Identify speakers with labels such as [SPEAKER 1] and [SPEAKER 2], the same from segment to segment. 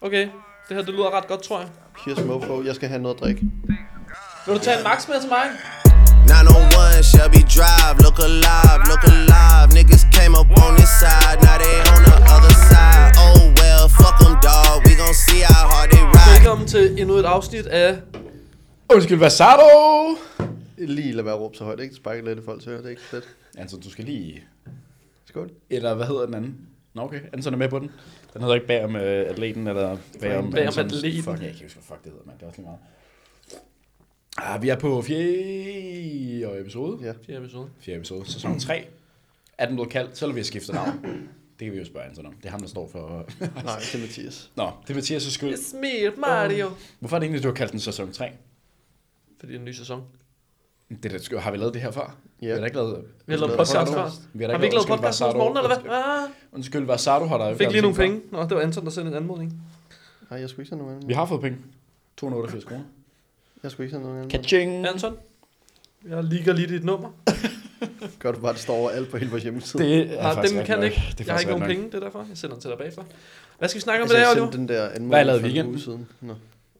[SPEAKER 1] Okay, det her det lyder ret godt, tror jeg.
[SPEAKER 2] Cheers, mofo. Jeg skal have noget at drikke.
[SPEAKER 1] Vil du tage en max med til mig?
[SPEAKER 3] 901 Shelby Drive, look alive, look alive. Niggas came up on this side, now they on the other side. Oh well, fuck them, dawg. We gon' see how hard they ride.
[SPEAKER 1] Velkommen til endnu et afsnit af...
[SPEAKER 4] Undskyld, Vasado!
[SPEAKER 2] Lige lad være at råbe så højt, ikke? Sparke lidt i folk, så hører det ikke fedt.
[SPEAKER 4] Altså, du skal lige...
[SPEAKER 2] Skål.
[SPEAKER 4] Eller hvad hedder den anden? Nå, okay. Anton er med på den. Den hedder ikke bag om øh, atleten, eller bag om...
[SPEAKER 1] Bag om
[SPEAKER 4] Antons-
[SPEAKER 1] atleten.
[SPEAKER 4] Fuck, jeg kan ikke huske, hvad fuck det hedder, mand. Det er også lige meget. Ah, vi er på fjerde episode.
[SPEAKER 2] Ja.
[SPEAKER 1] Fjerde episode.
[SPEAKER 4] Fjerde episode, sæson 3. Er den blevet kaldt, selvom vi har skiftet navn? Det kan vi jo spørge Anton om. Det er ham, der står for...
[SPEAKER 2] Nej, det er Mathias.
[SPEAKER 4] Nå, det er Mathias' skyld.
[SPEAKER 1] It's me, Mario.
[SPEAKER 4] Hvorfor er det egentlig, du har kaldt den sæson 3?
[SPEAKER 1] Mm. Fordi det er en ny sæson.
[SPEAKER 4] Det er da skørt. Har vi lavet det her før?
[SPEAKER 2] Ja.
[SPEAKER 4] Vi har da ikke lavet...
[SPEAKER 1] Vi har lavet
[SPEAKER 2] lavet
[SPEAKER 1] podcast før.
[SPEAKER 2] podcast.
[SPEAKER 4] Vi har da
[SPEAKER 1] Har vi ikke lavet
[SPEAKER 4] Undskyld,
[SPEAKER 1] podcast hos
[SPEAKER 4] Vasado.
[SPEAKER 1] morgen, eller hvad? Ah,
[SPEAKER 4] Undskyld, Vasado har der
[SPEAKER 1] fik lige nogle penge. Nå, det var Anton, der sendte en anmodning.
[SPEAKER 2] Nej, jeg skulle ikke sende nogen anden.
[SPEAKER 4] Vi har fået penge. 288 kroner.
[SPEAKER 2] Jeg skulle ikke sende nogen anden.
[SPEAKER 4] Kaching!
[SPEAKER 1] Anton, jeg ligger lige dit nummer.
[SPEAKER 2] Gør du bare, det står over alt på hele vores hjemmeside.
[SPEAKER 4] Det er
[SPEAKER 1] Nej,
[SPEAKER 4] faktisk
[SPEAKER 1] Ah, dem
[SPEAKER 4] ret
[SPEAKER 1] kan
[SPEAKER 4] nok.
[SPEAKER 1] ikke.
[SPEAKER 4] Det
[SPEAKER 1] Jeg
[SPEAKER 4] er
[SPEAKER 1] har
[SPEAKER 4] faktisk
[SPEAKER 1] ikke nogen
[SPEAKER 4] ret nok.
[SPEAKER 1] penge, det er derfor. Jeg sender den til dig bagefter. Hvad skal vi snakke om i
[SPEAKER 2] Altså,
[SPEAKER 1] dag,
[SPEAKER 2] jeg
[SPEAKER 1] Oliver?
[SPEAKER 2] sendte den der anmodning
[SPEAKER 4] Hvad lavede
[SPEAKER 2] for en
[SPEAKER 4] weekenden?
[SPEAKER 2] uge siden. Nå.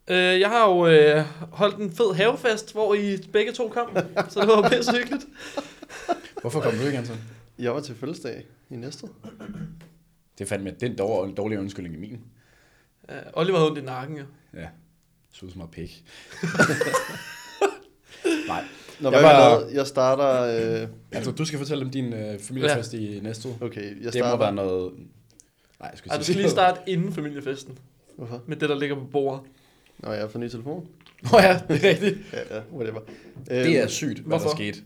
[SPEAKER 1] Øh, jeg har jo øh, holdt en fed havefest, hvor I begge to kom, så det var pisse hyggeligt.
[SPEAKER 4] Hvorfor kom du ikke, Anton?
[SPEAKER 2] Jeg var til fødselsdag i næste.
[SPEAKER 4] Det er fandme den dår, dårlige undskyldning i min.
[SPEAKER 1] Øh, Oliver havde ondt i nakken, jo.
[SPEAKER 4] Ja. Så ud som meget pik. Nej.
[SPEAKER 2] Nå,
[SPEAKER 4] Jeg
[SPEAKER 2] hvad var...
[SPEAKER 4] var-
[SPEAKER 2] jeg, lavede? jeg starter... Øh...
[SPEAKER 4] Altså, du skal fortælle om din øh, familiefest i næste uge.
[SPEAKER 2] Okay, jeg
[SPEAKER 4] Det må
[SPEAKER 2] starter...
[SPEAKER 4] være noget... Nej, jeg skulle
[SPEAKER 1] Ej, du skal lige starte inden familiefesten,
[SPEAKER 2] Hvorfor?
[SPEAKER 1] med det, der ligger på bordet.
[SPEAKER 2] Nå, jeg har fået ny telefon.
[SPEAKER 4] Nå ja, det er rigtigt.
[SPEAKER 2] Ja, ja, whatever.
[SPEAKER 4] Det er sygt, hvad
[SPEAKER 1] Øhm, Hvorfor?
[SPEAKER 4] der skete.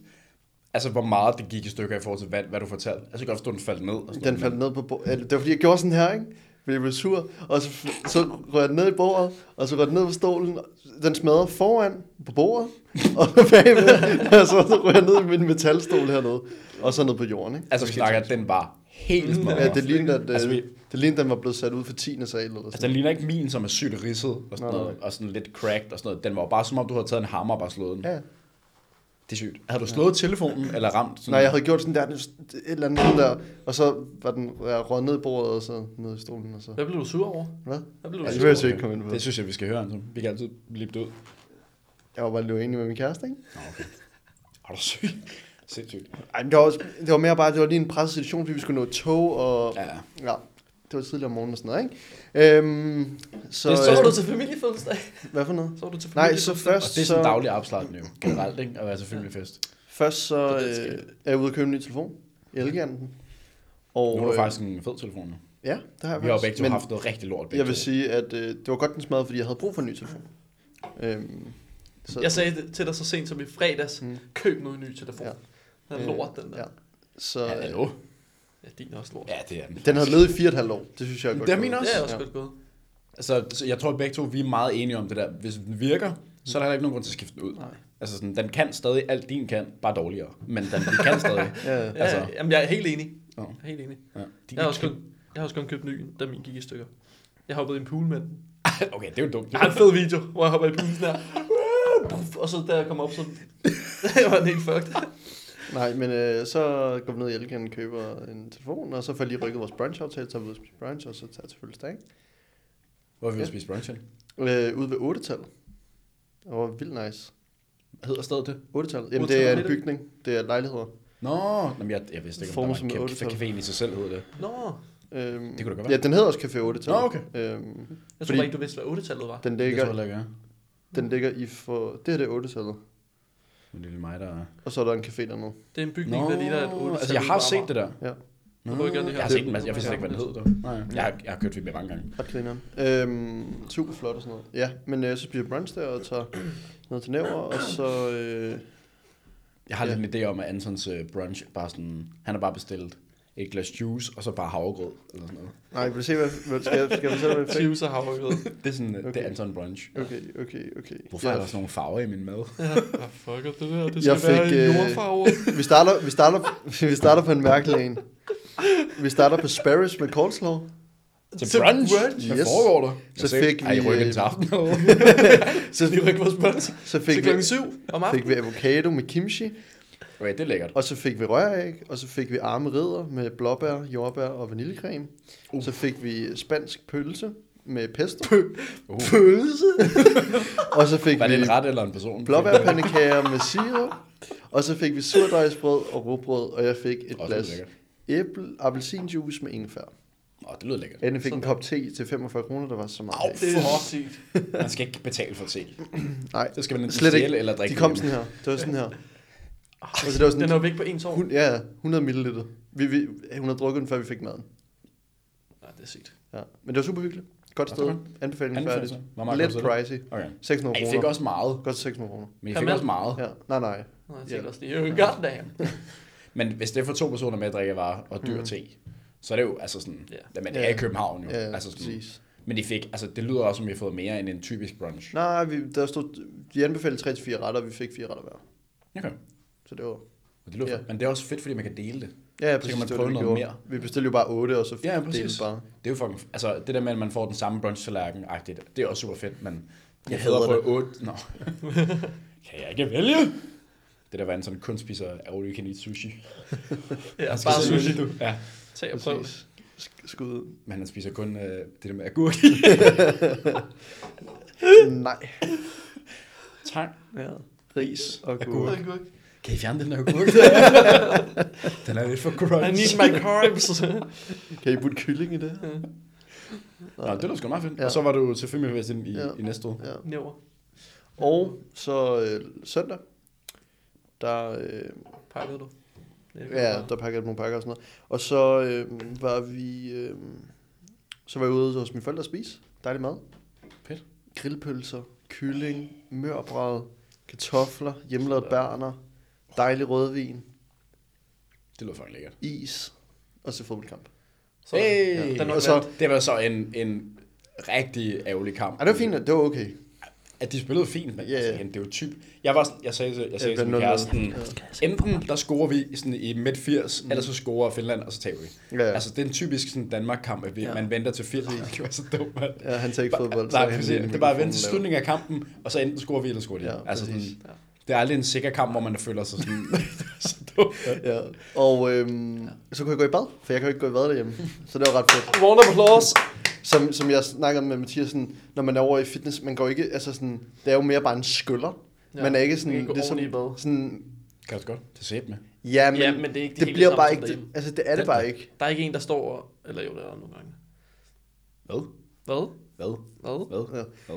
[SPEAKER 4] Altså, hvor meget det gik i stykker i forhold til, hvad, hvad du fortalte. Altså, jeg kan godt forstå, at den faldt ned. Og sådan
[SPEAKER 2] Den
[SPEAKER 4] noget,
[SPEAKER 2] faldt ned på bordet. Det var fordi, jeg gjorde sådan her, ikke? Fordi jeg blev sur, og så, så rører den ned i bordet, og så rører den ned på stolen. Den smadrer foran på bordet, og bagved, og så, så rører jeg ned i min metalstol hernede, og så ned på jorden, ikke?
[SPEAKER 4] men- Altså, vi snakker, at den var
[SPEAKER 1] Mm.
[SPEAKER 4] helt smadret.
[SPEAKER 2] Ja, det lignede, at,
[SPEAKER 4] Altså,
[SPEAKER 2] altså,
[SPEAKER 4] vi-
[SPEAKER 2] det lignede, den var blevet sat ud for 10. sal eller
[SPEAKER 4] Altså,
[SPEAKER 2] sådan
[SPEAKER 4] den ligner ikke min, som er sygt ridset og sådan,
[SPEAKER 2] Nej,
[SPEAKER 4] noget, og sådan lidt cracked og sådan noget. Den var jo bare som om, du havde taget en hammer og bare slået den.
[SPEAKER 2] Ja.
[SPEAKER 4] Det er sygt. Havde du slået telefonen eller ramt? Sådan
[SPEAKER 2] Nej, jeg havde gjort sådan der, et eller andet sådan der, og så var den røget ned i bordet, og så ned i stolen, og så...
[SPEAKER 1] Hvad blev du sur over?
[SPEAKER 2] Hvad?
[SPEAKER 1] Hvad blev
[SPEAKER 2] Ja,
[SPEAKER 1] du
[SPEAKER 2] det
[SPEAKER 1] sur
[SPEAKER 2] vil jeg
[SPEAKER 1] over?
[SPEAKER 2] så ikke komme ind på.
[SPEAKER 4] Det synes jeg, vi skal høre, Anton. Vi kan altid blive det ud.
[SPEAKER 2] Jeg var bare lidt uenig med min kæreste, ikke?
[SPEAKER 4] Er du syg? Sindssygt.
[SPEAKER 2] Ej, men det var, også, det var mere bare, det var lige en presset situation, fordi vi skulle nå tog, og...
[SPEAKER 4] Ja,
[SPEAKER 2] Ja, det var tidligere om morgenen og sådan noget, ikke? Øhm, så,
[SPEAKER 1] Så var
[SPEAKER 2] øh,
[SPEAKER 1] du til familiefødselsdag.
[SPEAKER 2] hvad for noget?
[SPEAKER 1] Så var du til
[SPEAKER 2] Nej, så
[SPEAKER 1] familiefødselsdag.
[SPEAKER 4] og
[SPEAKER 2] først,
[SPEAKER 4] det er sådan en
[SPEAKER 2] så,
[SPEAKER 4] daglig opslapning jo, generelt, ikke? At være til familiefest.
[SPEAKER 2] først så
[SPEAKER 1] Det er det, der
[SPEAKER 2] øh, er jeg ude og købe en ny telefon, Elgiganten. Og,
[SPEAKER 4] Nu har du
[SPEAKER 2] øh,
[SPEAKER 4] faktisk en fed telefon. nu.
[SPEAKER 2] Ja, det har jeg
[SPEAKER 4] Vi har jo
[SPEAKER 2] faktisk.
[SPEAKER 4] begge to
[SPEAKER 2] Men
[SPEAKER 4] haft noget rigtig lort. begge
[SPEAKER 2] Jeg vil
[SPEAKER 4] to.
[SPEAKER 2] sige, at øh, det var godt den smadrede, fordi jeg havde brug for en ny telefon. Øhm, så,
[SPEAKER 1] Jeg sagde det til dig så sent som i fredags,
[SPEAKER 2] Mm.
[SPEAKER 1] køb noget ny telefon.
[SPEAKER 2] Ja.
[SPEAKER 1] Den er lort, den der.
[SPEAKER 2] øh, Ja.
[SPEAKER 1] Ja.
[SPEAKER 2] så
[SPEAKER 4] Ja,
[SPEAKER 2] øh,
[SPEAKER 4] hallo.
[SPEAKER 1] din er også lort.
[SPEAKER 4] Ja, det er den.
[SPEAKER 2] den havde levet i fire og et halvt år, det synes jeg er
[SPEAKER 4] Det
[SPEAKER 2] godt.
[SPEAKER 4] er min
[SPEAKER 2] gået.
[SPEAKER 4] også.
[SPEAKER 1] Det er også
[SPEAKER 2] Ja.
[SPEAKER 1] godt gået.
[SPEAKER 4] Altså, så jeg tror, at begge to vi er meget enige om det der. Hvis den virker, så er der heller ikke nogen grund til at skifte den ud. Nej. Altså, sådan, den kan stadig alt din kan, bare dårligere. Men den, den kan stadig.
[SPEAKER 2] Ja,
[SPEAKER 1] Ja,
[SPEAKER 4] Altså.
[SPEAKER 1] altså. jamen, jeg er helt enig.
[SPEAKER 4] Nå.
[SPEAKER 1] Jeg er helt enig.
[SPEAKER 4] Ja.
[SPEAKER 1] Jeg har også kun, jeg har også kun købt en ny, da min gik i stykker. Jeg hoppede i en pool med den.
[SPEAKER 4] Okay, det er jo dumt.
[SPEAKER 1] Jeg har en fed video, hvor jeg hopper i poolen der. Og så da jeg kom op, så jeg var den helt fucked.
[SPEAKER 2] Nej, men øh, så går vi ned i Elgiganten og køber en telefon, og så får jeg lige rykket vores brunch-aftale, så tager vi ud og spiser brunch, og så tager jeg til fødselsdag. ikke?
[SPEAKER 4] Hvor er vi ude at spise brunch hen?
[SPEAKER 2] Øh, ude ved 8-tallet. Det var vildt nice.
[SPEAKER 4] Hvad hedder stedet det?
[SPEAKER 2] 8-tallet?
[SPEAKER 1] 8-tallet,
[SPEAKER 2] Jamen, det er
[SPEAKER 1] er
[SPEAKER 2] en
[SPEAKER 1] det?
[SPEAKER 2] bygning. Det er lejligheder.
[SPEAKER 4] Nå, jamen, jeg, jeg vidste ikke, om
[SPEAKER 2] Formet
[SPEAKER 4] der
[SPEAKER 2] som et
[SPEAKER 4] var en café,
[SPEAKER 2] ottetal.
[SPEAKER 4] caféen i sig selv hedder det.
[SPEAKER 1] Nå,
[SPEAKER 2] Øhm,
[SPEAKER 4] Det kunne da godt
[SPEAKER 2] Ja,
[SPEAKER 4] være.
[SPEAKER 2] den hedder også Café 8-tallet.
[SPEAKER 4] Nå, okay.
[SPEAKER 2] Øhm,
[SPEAKER 1] jeg tror
[SPEAKER 2] Fordi-
[SPEAKER 1] bare ikke, du vidste, hvad 8-tallet var.
[SPEAKER 2] den,
[SPEAKER 4] Det tror jeg
[SPEAKER 2] ligger,
[SPEAKER 4] heller ikke, jeg er.
[SPEAKER 2] den ligger i for... Det her, det er 8-tallet.
[SPEAKER 4] Men det er lige mig, der...
[SPEAKER 2] Og så er der en café dernede.
[SPEAKER 1] Det er en bygning, der ligner et 8-tallet.
[SPEAKER 4] altså, jeg har set det der.
[SPEAKER 2] Ja,
[SPEAKER 4] Nå,
[SPEAKER 1] Du må ikke gøre det her.
[SPEAKER 4] jeg har set den, men jeg vidste ikke, hvad den hed. dog. Nej. Jeg, har- jeg har kørt forbi mange gange.
[SPEAKER 2] ret grineren. Øhm, super flot og sådan noget. Ja, men øh, så spiser jeg brunch der og tager ned til Næver, og så... Øh,
[SPEAKER 4] Jeg har
[SPEAKER 2] Ja.
[SPEAKER 4] lidt en idé om, at Antons øh, brunch bare sådan, han har bare bestilt et glas juice, og så bare havregrød, eller sådan noget.
[SPEAKER 2] nej, vil du se, hvad, hvad skal, jeg, skal jeg fortælle, hvad jeg fik?
[SPEAKER 1] Chives og havregrød.
[SPEAKER 4] Det er sådan, okay. det
[SPEAKER 2] Okay.
[SPEAKER 4] er Anton brunch.
[SPEAKER 2] Okay, okay, okay.
[SPEAKER 4] Hvorfor er der sådan nogle farver i min mad?
[SPEAKER 1] Hvad fuck er det der? Det
[SPEAKER 2] Jeg
[SPEAKER 1] skal være
[SPEAKER 2] fik,
[SPEAKER 1] i
[SPEAKER 2] øh,
[SPEAKER 1] jordfarver.
[SPEAKER 2] Vi starter, vi starter, vi starter på en mærkelig en. Vi starter på Sparrows med coleslaw.
[SPEAKER 4] Til
[SPEAKER 1] Til
[SPEAKER 4] brunch?
[SPEAKER 1] brunch?
[SPEAKER 4] Hvad
[SPEAKER 2] Yes.
[SPEAKER 4] foregår der?
[SPEAKER 2] Så fik
[SPEAKER 4] Ej,
[SPEAKER 2] vi,
[SPEAKER 4] I rykker
[SPEAKER 2] øh,
[SPEAKER 4] til aften.
[SPEAKER 1] Så lige rykke vores børn til
[SPEAKER 2] Så fik, vi,
[SPEAKER 1] klokken 7 om
[SPEAKER 2] fik
[SPEAKER 1] aftenen.
[SPEAKER 2] vi avocado med kimchi,
[SPEAKER 4] okay, det er lækkert.
[SPEAKER 2] og så fik vi røræg, og så fik vi
[SPEAKER 4] Uh.
[SPEAKER 2] arme ridder med blåbær, jordbær og vaniljekrem. Så fik vi spansk pølse med pesto. Uh.
[SPEAKER 1] Pølse?
[SPEAKER 2] Og så fik
[SPEAKER 4] Var det
[SPEAKER 2] vi
[SPEAKER 4] en ret eller en person?
[SPEAKER 2] blåbærpandekager med sirup. Og så fik vi surdejsbrød og rugbrød, og jeg fik et
[SPEAKER 4] Også
[SPEAKER 2] glas
[SPEAKER 4] lækkert.
[SPEAKER 2] æble, appelsinjuice med ingefær.
[SPEAKER 4] Åh, det lyder lækkert.
[SPEAKER 2] Anne fik en kop te til 45 kroner, der var så meget. af.
[SPEAKER 1] Det er
[SPEAKER 4] Fuck.
[SPEAKER 1] sygt.
[SPEAKER 4] Man skal ikke betale for te.
[SPEAKER 2] Nej,
[SPEAKER 4] Så skal man enten
[SPEAKER 2] slet
[SPEAKER 4] stjæle
[SPEAKER 2] ikke.
[SPEAKER 4] eller drikke
[SPEAKER 2] De kom
[SPEAKER 4] hjemme.
[SPEAKER 2] sådan her. Det var sådan her. Altså, det var sådan,
[SPEAKER 1] Den er jo væk på en tår.
[SPEAKER 2] hun, ja, ja, 100 ml. Vi, vi, hun havde drukket den, før vi fik maden.
[SPEAKER 1] Nej, det er sygt.
[SPEAKER 2] Ja. Men det var super hyggeligt. Godt
[SPEAKER 4] Ja,
[SPEAKER 2] sted.
[SPEAKER 4] okay.
[SPEAKER 2] Anbefaling
[SPEAKER 4] Anbefaling
[SPEAKER 2] færdigt.
[SPEAKER 4] så. Hvor meget
[SPEAKER 2] Lidt
[SPEAKER 4] kostede det?
[SPEAKER 2] pricey.
[SPEAKER 4] Okay.
[SPEAKER 2] 600
[SPEAKER 4] Ej,
[SPEAKER 2] kroner.
[SPEAKER 4] I fik også meget.
[SPEAKER 2] Godt 600 kroner.
[SPEAKER 4] Men I
[SPEAKER 1] Per
[SPEAKER 4] fik
[SPEAKER 1] mand?
[SPEAKER 4] også meget.
[SPEAKER 2] Ja. Nej, nej.
[SPEAKER 1] Nå, jeg tænkte også lige, "Oh, goddamn.
[SPEAKER 4] Men hvis det er for to personer med at drikke varer og dyr te, så er det jo altså sådan,
[SPEAKER 1] Ja.
[SPEAKER 4] men
[SPEAKER 2] Mhm.
[SPEAKER 4] det er
[SPEAKER 2] Ja.
[SPEAKER 4] i København jo.
[SPEAKER 2] Ja,
[SPEAKER 4] altså sådan,
[SPEAKER 2] præcis.
[SPEAKER 4] Men de fik, altså det lyder også, som I har fået mere end en typisk brunch.
[SPEAKER 2] Nej, vi, der stod, de anbefalede 3-4 retter, og vi fik 4 retter hver.
[SPEAKER 4] Okay.
[SPEAKER 2] Så det var...
[SPEAKER 4] Og det lyder
[SPEAKER 2] Ja.
[SPEAKER 4] fedt. Men det er også fedt, fordi man kan dele det.
[SPEAKER 2] Ja, ja
[SPEAKER 4] så
[SPEAKER 2] præcis.
[SPEAKER 4] kan man
[SPEAKER 2] det var
[SPEAKER 4] prøve
[SPEAKER 2] det, vi
[SPEAKER 4] noget
[SPEAKER 2] gjorde.
[SPEAKER 4] mere.
[SPEAKER 2] Vi bestilte jo bare 8, og så
[SPEAKER 4] Ja, ja,
[SPEAKER 2] delte
[SPEAKER 4] præcis.
[SPEAKER 2] bare.
[SPEAKER 4] Det er jo fucking, altså det der med, at man får den samme brunch-tallerken-agtigt, det er også super fedt, men jeg
[SPEAKER 2] hader
[SPEAKER 4] hader på 8. Nå. kan jeg ikke vælge? Det der var en sådan kun spiser all you can eat sushi.
[SPEAKER 1] Ja,
[SPEAKER 2] Altså,
[SPEAKER 4] Han skal
[SPEAKER 1] bare
[SPEAKER 4] selv
[SPEAKER 1] sushi.
[SPEAKER 4] vælge, du. Ja,
[SPEAKER 1] Tag og prøv.
[SPEAKER 2] Præcis. Sk- Skud.
[SPEAKER 4] men han spiser kun øh, det der med agurk. Øh.
[SPEAKER 2] Nej.
[SPEAKER 4] tak.
[SPEAKER 2] Ja. Ris og
[SPEAKER 4] Agurk.
[SPEAKER 2] gurk.
[SPEAKER 4] Kan I fjerne den her agurk? den er lidt for
[SPEAKER 1] I
[SPEAKER 4] crunch.
[SPEAKER 1] need my carbs.
[SPEAKER 2] Kan I putte kylling i det? her?
[SPEAKER 4] Nå, det var sgu meget fedt.
[SPEAKER 2] Ja.
[SPEAKER 4] Ja. Og så var du til filmfesten i,
[SPEAKER 2] Ja.
[SPEAKER 4] ja. i næste uge.
[SPEAKER 2] Ja.
[SPEAKER 1] Næver.
[SPEAKER 2] Og så øh, søndag, der, øh,
[SPEAKER 1] Pakkede du? Det er
[SPEAKER 2] ja, der pakkede jeg nogle pakker og sådan noget. Og så øh, var vi, øh, så var jeg ude hos mine forældre og spise dejlig mad.
[SPEAKER 4] Fedt.
[SPEAKER 2] Grillpølser, kylling, mørbrad, kartofler, hjemmelavet berner, dejlig rødvin,
[SPEAKER 4] Det lyder fucking lækkert.
[SPEAKER 2] is og så fodboldkamp.
[SPEAKER 1] Sådan.
[SPEAKER 4] Hey!
[SPEAKER 1] Ja, den var
[SPEAKER 2] Og så,
[SPEAKER 1] vandt.
[SPEAKER 4] Det var så en, en rigtig ærgerlig kamp.
[SPEAKER 2] ja, det var fint, det var okay.
[SPEAKER 4] At de spillede fint, men
[SPEAKER 2] Ja, ja.
[SPEAKER 4] yeah. altså, igen, det er jo typ... Jeg, var sådan, jeg sagde, til- jeg sagde
[SPEAKER 2] Ja,
[SPEAKER 4] til min
[SPEAKER 2] men
[SPEAKER 4] kæresten,
[SPEAKER 2] nul-nul.
[SPEAKER 4] enten der scorer vi sådan i midt 80, mm. eller så scorer Finland, og så taber vi.
[SPEAKER 2] Ja, ja.
[SPEAKER 4] Altså, det er en typisk sådan, Danmark-kamp, at vi,
[SPEAKER 2] Ja.
[SPEAKER 4] ja. man venter til 80. Det kan være så dumt, man.
[SPEAKER 2] Ja, han tager ikke fodbold. så
[SPEAKER 4] Nej,
[SPEAKER 2] han
[SPEAKER 4] præcis.
[SPEAKER 2] lige en
[SPEAKER 4] det er bare at vente til
[SPEAKER 2] mikrofon
[SPEAKER 4] slutningen af kampen, og så enten scorer vi, eller scorer de.
[SPEAKER 2] Ja,
[SPEAKER 4] Ja, altså, sådan,
[SPEAKER 2] præcis.
[SPEAKER 4] det er aldrig en sikker kamp, hvor man føler sig sådan... så dumt.
[SPEAKER 2] lav. Ja. Og øhm, så kunne jeg gå i bad, for jeg kan jo ikke gå i bad derhjemme. Så det var ret fedt.
[SPEAKER 1] Round of applause.
[SPEAKER 2] Som, som jeg snakkede om med Mathias, sådan, når man er over i fitness, man går ikke, altså sådan, det er jo mere bare en skyller.
[SPEAKER 1] Ja,
[SPEAKER 2] Ja, man er ikke
[SPEAKER 1] man kan
[SPEAKER 2] sådan,
[SPEAKER 1] ikke gå
[SPEAKER 2] det er
[SPEAKER 1] ordentligt i bad.
[SPEAKER 2] sådan, sådan
[SPEAKER 4] Kan du godt? Det er sæt med.
[SPEAKER 2] ja, men,
[SPEAKER 1] Ja, men det er ikke det
[SPEAKER 2] det,
[SPEAKER 1] helt
[SPEAKER 2] bliver
[SPEAKER 1] samme
[SPEAKER 2] bare
[SPEAKER 1] som
[SPEAKER 2] ikke, det,
[SPEAKER 1] derhjemme.
[SPEAKER 2] altså det er det bare ikke.
[SPEAKER 1] Der er ikke en, der står og... Eller jo, det er der nogle gange.
[SPEAKER 4] Hvad?
[SPEAKER 1] Hvad?
[SPEAKER 4] Hvad?
[SPEAKER 1] Hvad?
[SPEAKER 4] Hvad?
[SPEAKER 2] Ja.
[SPEAKER 4] Hvad?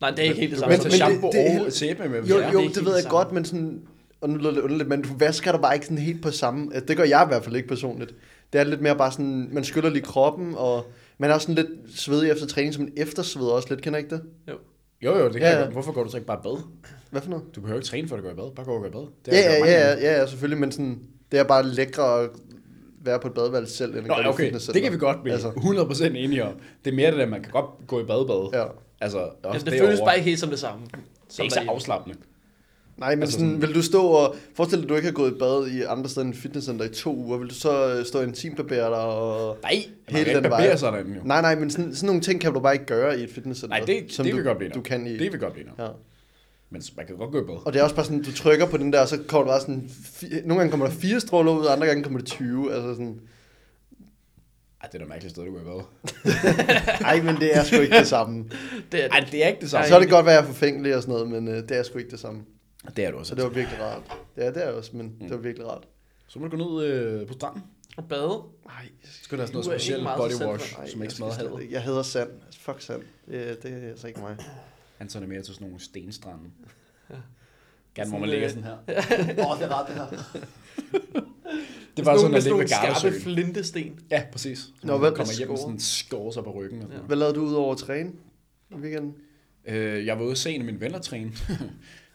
[SPEAKER 1] Nej, det er ikke helt det
[SPEAKER 4] Du
[SPEAKER 1] samme.
[SPEAKER 4] kan
[SPEAKER 2] Men-
[SPEAKER 4] tage
[SPEAKER 2] men
[SPEAKER 4] shampoo
[SPEAKER 2] det- det er
[SPEAKER 4] og
[SPEAKER 2] helt-
[SPEAKER 4] sæbe med. hvis
[SPEAKER 2] Jo,
[SPEAKER 4] det er.
[SPEAKER 2] jo,
[SPEAKER 1] det er ikke
[SPEAKER 2] det ved
[SPEAKER 1] helt
[SPEAKER 2] jeg
[SPEAKER 1] samme.
[SPEAKER 2] godt, men sådan, og nu lyder det underligt, men du vasker dig bare ikke sådan helt på samme, altså, det gør jeg i hvert fald ikke personligt. Det er lidt mere bare sådan, man skyller lige kroppen, og man er også sådan lidt svedig efter træning, som en eftersveder også lidt, kender I ikke det?
[SPEAKER 1] Jo.
[SPEAKER 4] Jo, jo, det kan
[SPEAKER 2] Ja, ja.
[SPEAKER 4] ja, ja. Jeg. godt. Hvorfor går du så ikke bare i bad?
[SPEAKER 2] Hvad for noget?
[SPEAKER 4] Du behøver ikke træne for at gå i bad. Bare gå og gå i bad.
[SPEAKER 2] Ja,
[SPEAKER 4] Det har jeg
[SPEAKER 2] ja,
[SPEAKER 4] gjort mange
[SPEAKER 2] ja,
[SPEAKER 4] gange.
[SPEAKER 2] ja, ja, selvfølgelig, men sådan, det er bare lækre at være på et badeværelse selv, end at
[SPEAKER 4] Nå,
[SPEAKER 2] gøre i
[SPEAKER 4] ja,
[SPEAKER 2] et
[SPEAKER 4] okay,
[SPEAKER 2] fitnesscenter.
[SPEAKER 4] det kan vi godt blive
[SPEAKER 2] Altså.
[SPEAKER 4] altså. 100% enige om. Det er mere det der, man kan godt gå i bad, bad.
[SPEAKER 2] Ja.
[SPEAKER 4] Altså, også
[SPEAKER 1] Jamen, det
[SPEAKER 4] derovre.
[SPEAKER 1] føles bare ikke helt som det samme.
[SPEAKER 4] Det er ikke så afslappende.
[SPEAKER 2] Nej, men altså
[SPEAKER 4] Altså
[SPEAKER 2] sådan,
[SPEAKER 4] sådan-
[SPEAKER 2] vil du stå og... Forestil dig, at du ikke har gået i bad i andre steder end fitnesscenter i to uger. Vil du så øh, stå i en teambarbere der og...
[SPEAKER 4] Nej, man kan ikke
[SPEAKER 2] vej?
[SPEAKER 4] barbere sig derinde, jo.
[SPEAKER 2] Nej, nej, men sådan, sådan nogle ting kan du bare ikke gøre i et fitnesscenter.
[SPEAKER 4] Nej, det, det
[SPEAKER 2] du,
[SPEAKER 4] vil godt blive nok.
[SPEAKER 2] du kan i.
[SPEAKER 4] Det vil godt blive nok.
[SPEAKER 2] Ja.
[SPEAKER 4] Men man kan godt gå i bad.
[SPEAKER 2] Og det er også bare sådan, du trykker på den der, og så kommer der bare sådan... Fi, nogle gange kommer der fire stråler ud, og andre gange kommer der 20. Altså sådan...
[SPEAKER 4] Ej, det er da mærkeligt sted, at gå i bad.
[SPEAKER 2] Nej, men det er sgu ikke det samme.
[SPEAKER 1] Det er
[SPEAKER 4] Ej, det er ikke det samme.
[SPEAKER 2] Så er det godt, at jeg er forfængelig og sådan noget, men øh, det er sgu ikke det samme.
[SPEAKER 4] Det er du også.
[SPEAKER 2] Så det var virkelig rart. Ja, det er jeg også, men det var virkelig rart.
[SPEAKER 4] Så må du gå ned øh, på stranden.
[SPEAKER 1] at bade.
[SPEAKER 2] Nej, jeg
[SPEAKER 4] Så skal du have
[SPEAKER 1] Du
[SPEAKER 4] sådan
[SPEAKER 1] er
[SPEAKER 4] noget
[SPEAKER 1] ikke
[SPEAKER 4] specielt
[SPEAKER 1] meget
[SPEAKER 4] body
[SPEAKER 1] til
[SPEAKER 4] wash,
[SPEAKER 1] selvfornøjelse.
[SPEAKER 4] som ikke
[SPEAKER 2] skal
[SPEAKER 4] smadrer
[SPEAKER 2] slet
[SPEAKER 4] havet.
[SPEAKER 2] ikke- Jeg hedder sand. Altså, fuck sand. Øh, det er altså ikke mig.
[SPEAKER 4] Han tager mere til sådan nogle stenstrande. Gerne hvor
[SPEAKER 1] Sådan øh,
[SPEAKER 4] man ligger
[SPEAKER 1] lidt-
[SPEAKER 4] sådan her.
[SPEAKER 2] Åh, oh, det er ret, det her.
[SPEAKER 4] Det var sådan,
[SPEAKER 1] med sådan
[SPEAKER 4] at ligge ved
[SPEAKER 1] nogle skarpe
[SPEAKER 4] Gardasøen.
[SPEAKER 1] flintesten.
[SPEAKER 4] Ja, præcis. Så
[SPEAKER 2] Nå,
[SPEAKER 4] man
[SPEAKER 2] hvad-
[SPEAKER 4] kommer hjem og
[SPEAKER 1] score?
[SPEAKER 4] sådan skår sig på ryggen. Og sådan
[SPEAKER 2] Hvad lavede du udover at træne i weekenden?
[SPEAKER 4] noget. Øh, jeg var ude og se en af mine venner træne. det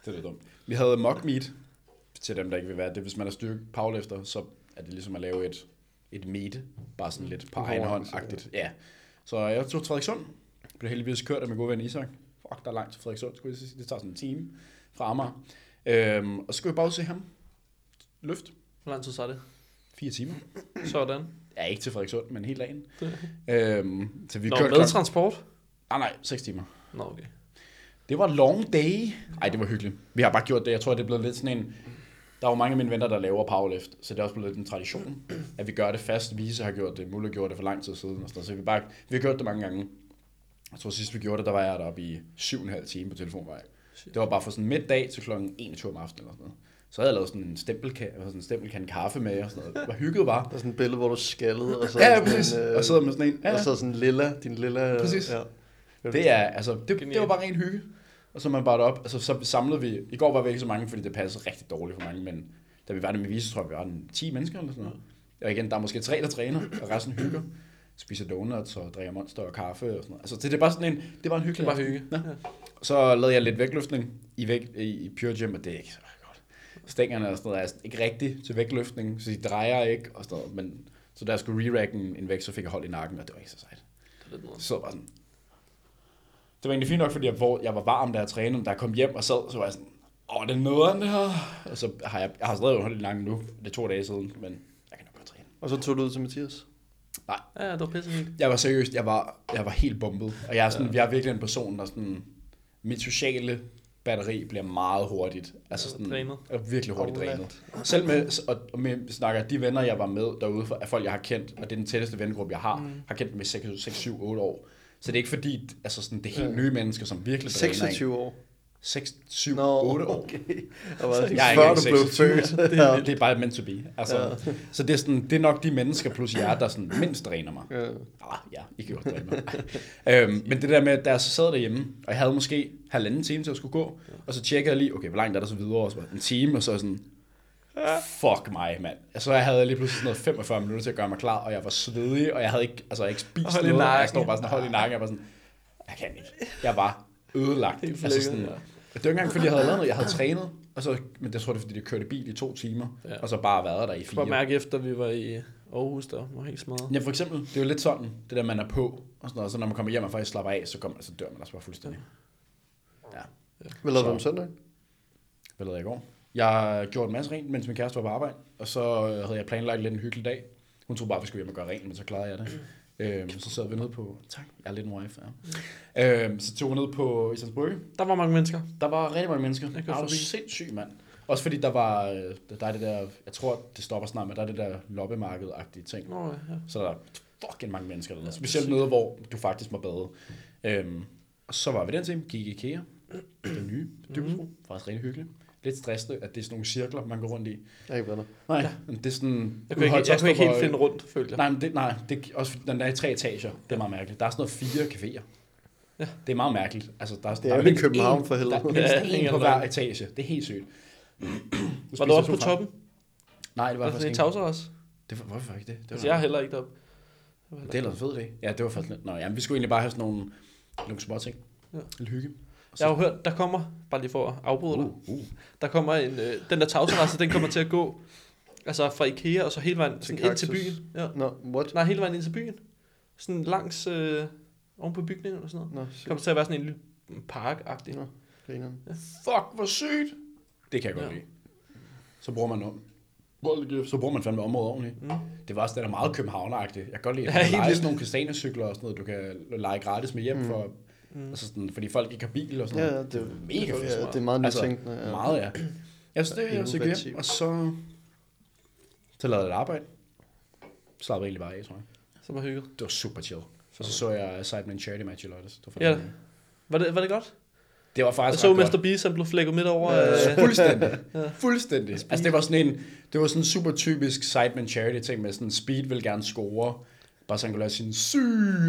[SPEAKER 4] er lidt dumt. Vi havde mock meet til dem, der ikke vil være det. Hvis man er styrke powerlifter, så er det ligesom at lave et, et meet. Bare sådan lidt på egen hånd -agtigt. Ja. Så jeg tog til Frederikssund. Blev heldigvis kørt af min gode ven Isak. Fuck, der er langt til Frederikssund, skulle jeg lige sige. Det tager sådan en time fra Amager. Øhm, og så skulle jeg bare ud og se ham. Løft.
[SPEAKER 1] Hvor lang tid så det?
[SPEAKER 4] Fire timer.
[SPEAKER 1] Sådan.
[SPEAKER 4] Ja, ikke til Frederikssund, men hele dagen. øhm, så vi
[SPEAKER 1] Nå,
[SPEAKER 4] kørte
[SPEAKER 1] med
[SPEAKER 4] klokken- Ah,
[SPEAKER 1] transport?
[SPEAKER 4] Nej, nej, 6 timer.
[SPEAKER 1] Nå, okay.
[SPEAKER 4] Det var long day. Nej, det var hyggeligt. Vi har bare gjort det. Jeg tror, det er blevet lidt sådan en... Der er jo mange af mine venner, der laver powerlift, så det er også blevet lidt en tradition, at vi gør det fast. Vise har gjort det, Mulle gjorde det for lang tid siden, og sådan noget. så vi, bare, vi har gjort det mange gange. Jeg tror sidst vi gjorde det, der var jeg deroppe i 7,5 time på telefonvej. Det var bare fra sådan middag til klokken 21 om aftenen eller sådan noget. Så havde jeg lavet sådan en stempelkan, sådan en stempelkan kaffe med og sådan noget. Det var hygget bare.
[SPEAKER 2] Der er sådan et billede, hvor du skaldede, og så
[SPEAKER 4] Ja,
[SPEAKER 2] er
[SPEAKER 4] ja,
[SPEAKER 2] der sådan
[SPEAKER 4] præcis.
[SPEAKER 2] en, øh,
[SPEAKER 4] Og sidder med sådan en. Ja,
[SPEAKER 2] og
[SPEAKER 4] ja.
[SPEAKER 2] så er sådan lilla, din lilla... øh,
[SPEAKER 4] Præcis.
[SPEAKER 2] Ja.
[SPEAKER 4] Det er, altså, det, det var
[SPEAKER 1] Genialt.
[SPEAKER 4] bare ren hygge. Og så er man bare op, altså så samlede vi, i går var vi ikke så mange, fordi det passede rigtig dårligt for mange, men da vi var der med Vise, tror jeg, vi var den 10 mennesker eller sådan noget. Og igen, der er måske tre, der træner, og resten hygger. Spiser donuts og drikker monster og kaffe og sådan noget. Altså det, det er bare sådan en, det var en hyggelig
[SPEAKER 1] Det er bare
[SPEAKER 4] aften.
[SPEAKER 1] hygge.
[SPEAKER 4] Ja. Så lavede jeg lidt vægtløftning i, væg, i, i Pure Gym, og det er ikke så godt. Stængerne og sådan noget er sådan ikke rigtig til vægtløftning, så de drejer ikke og sådan noget. Men, så da jeg skulle re-rack en, en vægt, så fik jeg hold i nakken, og det var ikke så sejt. Så sad jeg bare sådan. Det var egentlig fint nok, fordi jeg, hvor jeg var varm, da jeg trænede, men da jeg kom hjem og sad, så var jeg sådan, åh, det er noget af det her. Og så har jeg, jeg har stadig holdt i nakken nu, det er to dage siden, men jeg kan nok godt træne.
[SPEAKER 2] Og så tog du ud til Mathias.
[SPEAKER 1] Ja, det var pisse helt.
[SPEAKER 4] Jeg var seriøst, jeg var, jeg var helt bumpet. Og jeg er, sådan, jeg er virkelig en person, der sådan... Mit sociale batteri bliver meget hurtigt. Altså
[SPEAKER 1] Ja,
[SPEAKER 4] sådan,
[SPEAKER 1] drænet.
[SPEAKER 4] er virkelig hurtigt
[SPEAKER 2] Afladt.
[SPEAKER 4] drænet. Selv med, og og med snakker de venner, jeg var med derude, for, er folk, jeg har kendt, og det er den tætteste vennegruppe, jeg har, mm. har kendt med 6, 6, 7, 8 år. Så det er ikke fordi, altså sådan, det er helt nye mennesker, som virkelig dræner en.
[SPEAKER 2] 26 år.
[SPEAKER 4] 6, 7,
[SPEAKER 2] Nå,
[SPEAKER 4] 8 år.
[SPEAKER 2] okay. Jeg var
[SPEAKER 4] Jeg er
[SPEAKER 2] sådan,
[SPEAKER 4] ikke
[SPEAKER 2] før du blev
[SPEAKER 4] 26.
[SPEAKER 2] født.
[SPEAKER 4] Det, det, det er bare meant to be. Altså, ja. Så det er, sådan, det er nok de mennesker plus jer, der sådan mindst dræner mig. Ja. Ah, ja, I kan godt dræne mig. øhm, men det der med, da jeg så sad derhjemme, og jeg havde måske halvanden time til at skulle gå, og så tjekkede jeg lige, okay, hvor langt er der så videre? Og så var det en time, og så sådan, fuck mig, mand. Så jeg havde lige pludselig sådan noget 45 minutter til at gøre mig klar, og jeg var svedig, og jeg havde ikke, altså, jeg havde ikke spist
[SPEAKER 1] Hold i
[SPEAKER 4] noget, og jeg
[SPEAKER 1] nakken.
[SPEAKER 4] stod bare sådan, hold i nakken, og jeg var sådan, jeg kan ikke. Jeg var ødelagt.
[SPEAKER 1] Helt
[SPEAKER 4] altså
[SPEAKER 1] flækket,
[SPEAKER 4] sådan,
[SPEAKER 1] ja.
[SPEAKER 4] det var ikke engang, fordi jeg havde lavet noget. Jeg havde trænet, og så, men det tror jeg, det er, fordi jeg kørte bil i to timer, ja.
[SPEAKER 1] Ja.
[SPEAKER 4] og så bare været der i
[SPEAKER 1] Bare
[SPEAKER 4] fire.
[SPEAKER 1] mærke efter, vi var i Aarhus, der var helt smadret.
[SPEAKER 4] Ja, for eksempel, det er jo lidt sådan, det der, man er på, og sådan noget. Så når man kommer hjem og faktisk slapper af, så, kommer, så dør man altså bare fuldstændig. Ja.
[SPEAKER 2] Hvad lavede du
[SPEAKER 4] Så.
[SPEAKER 2] om søndagen?
[SPEAKER 4] Hvad lavede jeg i går? Jeg gjorde en masse rent, mens min kæreste var på arbejde, og så øh, havde jeg planlagt lidt en hyggelig dag. Hun troede bare, vi skulle hjem og gøre rent, men så klarede jeg det. Øhm, så sad vi nede på... Tak, jeg er lidt en wife, ja. Øhm, så tog vi ned på Islands Brygge,
[SPEAKER 1] Der var mange mennesker.
[SPEAKER 4] Der var rigtig mange mennesker.
[SPEAKER 1] Jeg
[SPEAKER 4] Jeg
[SPEAKER 1] kørte
[SPEAKER 4] var
[SPEAKER 1] forbi.
[SPEAKER 4] sindssyg, mand. Også fordi der var, øh, der er det der, jeg tror, det stopper snart, men der er det der loppemarked-agtige ting.
[SPEAKER 1] Nå, ja.
[SPEAKER 4] Så der er fucking mange mennesker dernede. Specielt noget, hvor du faktisk må bade. Øhm, og så var vi den time, gik i IKEA, den nye,
[SPEAKER 1] Mhm.
[SPEAKER 4] dybelsbro, mm. faktisk rigtig hyggeligt. Lidt stressende, at det er sådan nogle cirkler, man går rundt i.
[SPEAKER 2] Jeg er ikke venner.
[SPEAKER 4] Nej, men det er sådan...
[SPEAKER 1] Jeg kunne ikke, jeg kunne ikke helt finde rundt, følte jeg.
[SPEAKER 4] Nej, men det, nej det, også, fordi den er i tre etager. Det er meget mærkeligt. Der er sådan noget fire caféer. Ja. Det er meget mærkeligt. Altså, der
[SPEAKER 2] er
[SPEAKER 4] er, der
[SPEAKER 2] jo i
[SPEAKER 4] mindst
[SPEAKER 2] København
[SPEAKER 4] én-
[SPEAKER 2] for helvede.
[SPEAKER 4] Der er mindst
[SPEAKER 1] Ja,
[SPEAKER 4] én
[SPEAKER 1] ingen
[SPEAKER 4] på
[SPEAKER 1] er
[SPEAKER 4] hver
[SPEAKER 1] der.
[SPEAKER 4] etage. Det er helt sygt.
[SPEAKER 1] Var du oppe på toppen?
[SPEAKER 4] Nej, det
[SPEAKER 1] Var
[SPEAKER 4] var
[SPEAKER 1] det sådan i
[SPEAKER 4] faktisk ikke.
[SPEAKER 1] tavser også?
[SPEAKER 4] Det var, hvorfor ikke det? Det var,
[SPEAKER 1] Altså, jeg er heller ikke deroppe. Jeg var
[SPEAKER 4] det er ellers en fed dag. Ja, det var faktisk lidt. Nå, jamen, vi skulle egentlig bare have sådan nogle, nogle små ting.
[SPEAKER 1] Ja.
[SPEAKER 4] Lidt hygge.
[SPEAKER 1] Jeg har jo hørt, der kommer, bare lige for at afbryde dig,
[SPEAKER 4] Uh, uh.
[SPEAKER 1] der kommer en, øh, den der tagterrasse, den kommer til at gå altså fra Ikea og så hele vejen sådan ind til
[SPEAKER 2] Kaktus.
[SPEAKER 1] byen. Ja.
[SPEAKER 2] Nå, what?
[SPEAKER 1] Nej, hele vejen ind til byen. Sådan langs øh, oven på bygningen og sådan noget.
[SPEAKER 2] Nå,
[SPEAKER 1] Det
[SPEAKER 2] sygt.
[SPEAKER 1] kommer til at være sådan en lille park-agtig.
[SPEAKER 2] Nå. Grineren.
[SPEAKER 4] Fuck, hvor sygt. Det kan jeg godt
[SPEAKER 1] Ja.
[SPEAKER 4] lide. Så bruger man om. Så bruger man fandme området ordentligt. Mm. Det var også den er meget københavneragtigt. Jeg kan godt lide, at
[SPEAKER 1] Ja,
[SPEAKER 4] ja,
[SPEAKER 1] helt
[SPEAKER 4] lege
[SPEAKER 1] vildt.
[SPEAKER 4] sådan nogle kastanecykler og sådan noget, du kan lege gratis med hjem mm. for... Mm. Altså sådan, fordi folk ikke har bil og sådan
[SPEAKER 2] Ja, ja,
[SPEAKER 4] noget.
[SPEAKER 2] det, er-
[SPEAKER 4] mega fedt.
[SPEAKER 2] ja, det er meget
[SPEAKER 4] Altså,
[SPEAKER 2] nytænkende. ja.
[SPEAKER 4] Meget, ja. Jeg synes, det er så hjem,
[SPEAKER 2] Innovativt.
[SPEAKER 4] og så... Så lavede jeg et arbejde. Slappede egentlig bare af, tror jeg.
[SPEAKER 1] Som var hygget.
[SPEAKER 4] Det var super chill. Og så så jeg Sideman Charity Match i lørdags. Det var,
[SPEAKER 1] Ja.
[SPEAKER 4] fandme-
[SPEAKER 1] Var det, var det godt?
[SPEAKER 4] det var
[SPEAKER 1] Jeg
[SPEAKER 4] faktisk
[SPEAKER 1] så
[SPEAKER 4] ret godt.
[SPEAKER 1] Mr. Beast, han blev flækket midt over. Øh,
[SPEAKER 4] Fuldstændig. Fuldstændig. Altså det var sådan en, det var sådan en super typisk Sideman Charity ting med sådan, Speed vil gerne score, bare så han kunne lave sin syg,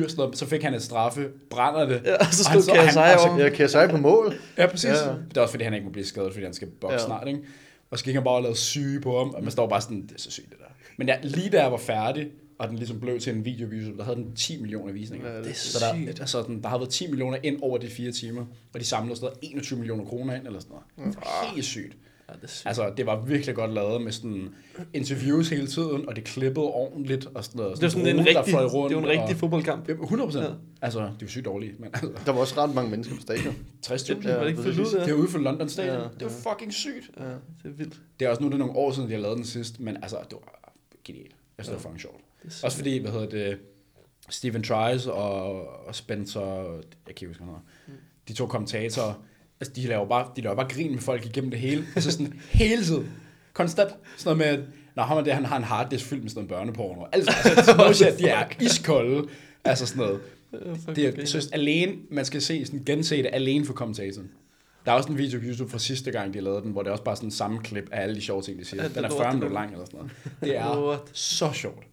[SPEAKER 4] og sådan noget. så fik han et straffe, brænder det.
[SPEAKER 1] Ja, og så
[SPEAKER 4] han
[SPEAKER 1] stod KSI
[SPEAKER 4] han- og så-
[SPEAKER 1] over.
[SPEAKER 2] Ja, kan jeg sejle på mål?
[SPEAKER 4] Ja, præcis.
[SPEAKER 2] Ja.
[SPEAKER 4] Ja. Det er også fordi, han ikke må blive skadet, fordi han skal bokse
[SPEAKER 2] Ja.
[SPEAKER 4] ja. snart, ikke? Og så gik han bare og lavede syge på ham, og man står bare sådan, det er så sygt det der. Men jeg, lige da jeg var færdig, og den ligesom blev til en video på YouTube, der havde den 10 millioner visninger.
[SPEAKER 2] Ja, det
[SPEAKER 1] er
[SPEAKER 4] så der,
[SPEAKER 1] sygt.
[SPEAKER 4] Altså, den, der havde været 10 millioner ind over de fire timer, og de samlede stadig 21 millioner kroner ind, eller sådan noget. Det var helt sygt.
[SPEAKER 1] ja, det er sygt.
[SPEAKER 4] Altså, det var virkelig godt lavet med sådan interviews hele tiden, og det klippede ordentligt og sådan noget.
[SPEAKER 1] Det var sådan en
[SPEAKER 4] drone, der
[SPEAKER 1] rigtig,
[SPEAKER 4] fløj
[SPEAKER 1] det var en rigtig
[SPEAKER 4] og,
[SPEAKER 1] fodboldkamp.
[SPEAKER 4] Jamen, 100 procent.
[SPEAKER 1] Ja.
[SPEAKER 4] Ja. Altså, det var sygt dårligt, men altså,
[SPEAKER 2] Der var også ret mange mennesker på stadion.
[SPEAKER 4] 60.000.
[SPEAKER 1] Var det ikke fyldt ud,
[SPEAKER 2] præcis.
[SPEAKER 1] ja?
[SPEAKER 4] Det er ude for London Stadion.
[SPEAKER 2] Ja,
[SPEAKER 4] Ja, det var fucking sygt.
[SPEAKER 1] Ja, det er vildt.
[SPEAKER 4] Det er også nu, det er nogle år siden, de har lavet den sidst, men altså, det var genialt. Jeg synes, det var fucking sjovt.
[SPEAKER 1] sygt.
[SPEAKER 4] Også fordi, hvad hedder det, Stephen Trice og, og Spencer, jeg kan ikke huske, hvad han hedder, de to kommentatorer, altså, de laver, bare, de laver bare grin med folk igennem det hele. Altså sådan hele tiden. Konstant. Sådan noget med, når ham og det, han har en harddisk fyldt med sådan noget børneporno. Altså, altså sådan noget shit, de er iskolde. Altså sådan noget. Det er, jeg synes alene, man skal se, sådan, gense det alene for kommentatoren. Der er også en video på YouTube fra sidste gang, de lavede den, hvor det er også bare sådan en samme klip af alle de sjove ting, de siger.
[SPEAKER 1] Ja,
[SPEAKER 4] Ja,
[SPEAKER 1] det
[SPEAKER 4] den er
[SPEAKER 1] lort,
[SPEAKER 4] 40
[SPEAKER 1] det
[SPEAKER 4] minutter
[SPEAKER 1] lort.
[SPEAKER 4] lang eller sådan noget. Det er
[SPEAKER 1] Lort.
[SPEAKER 4] så sjovt.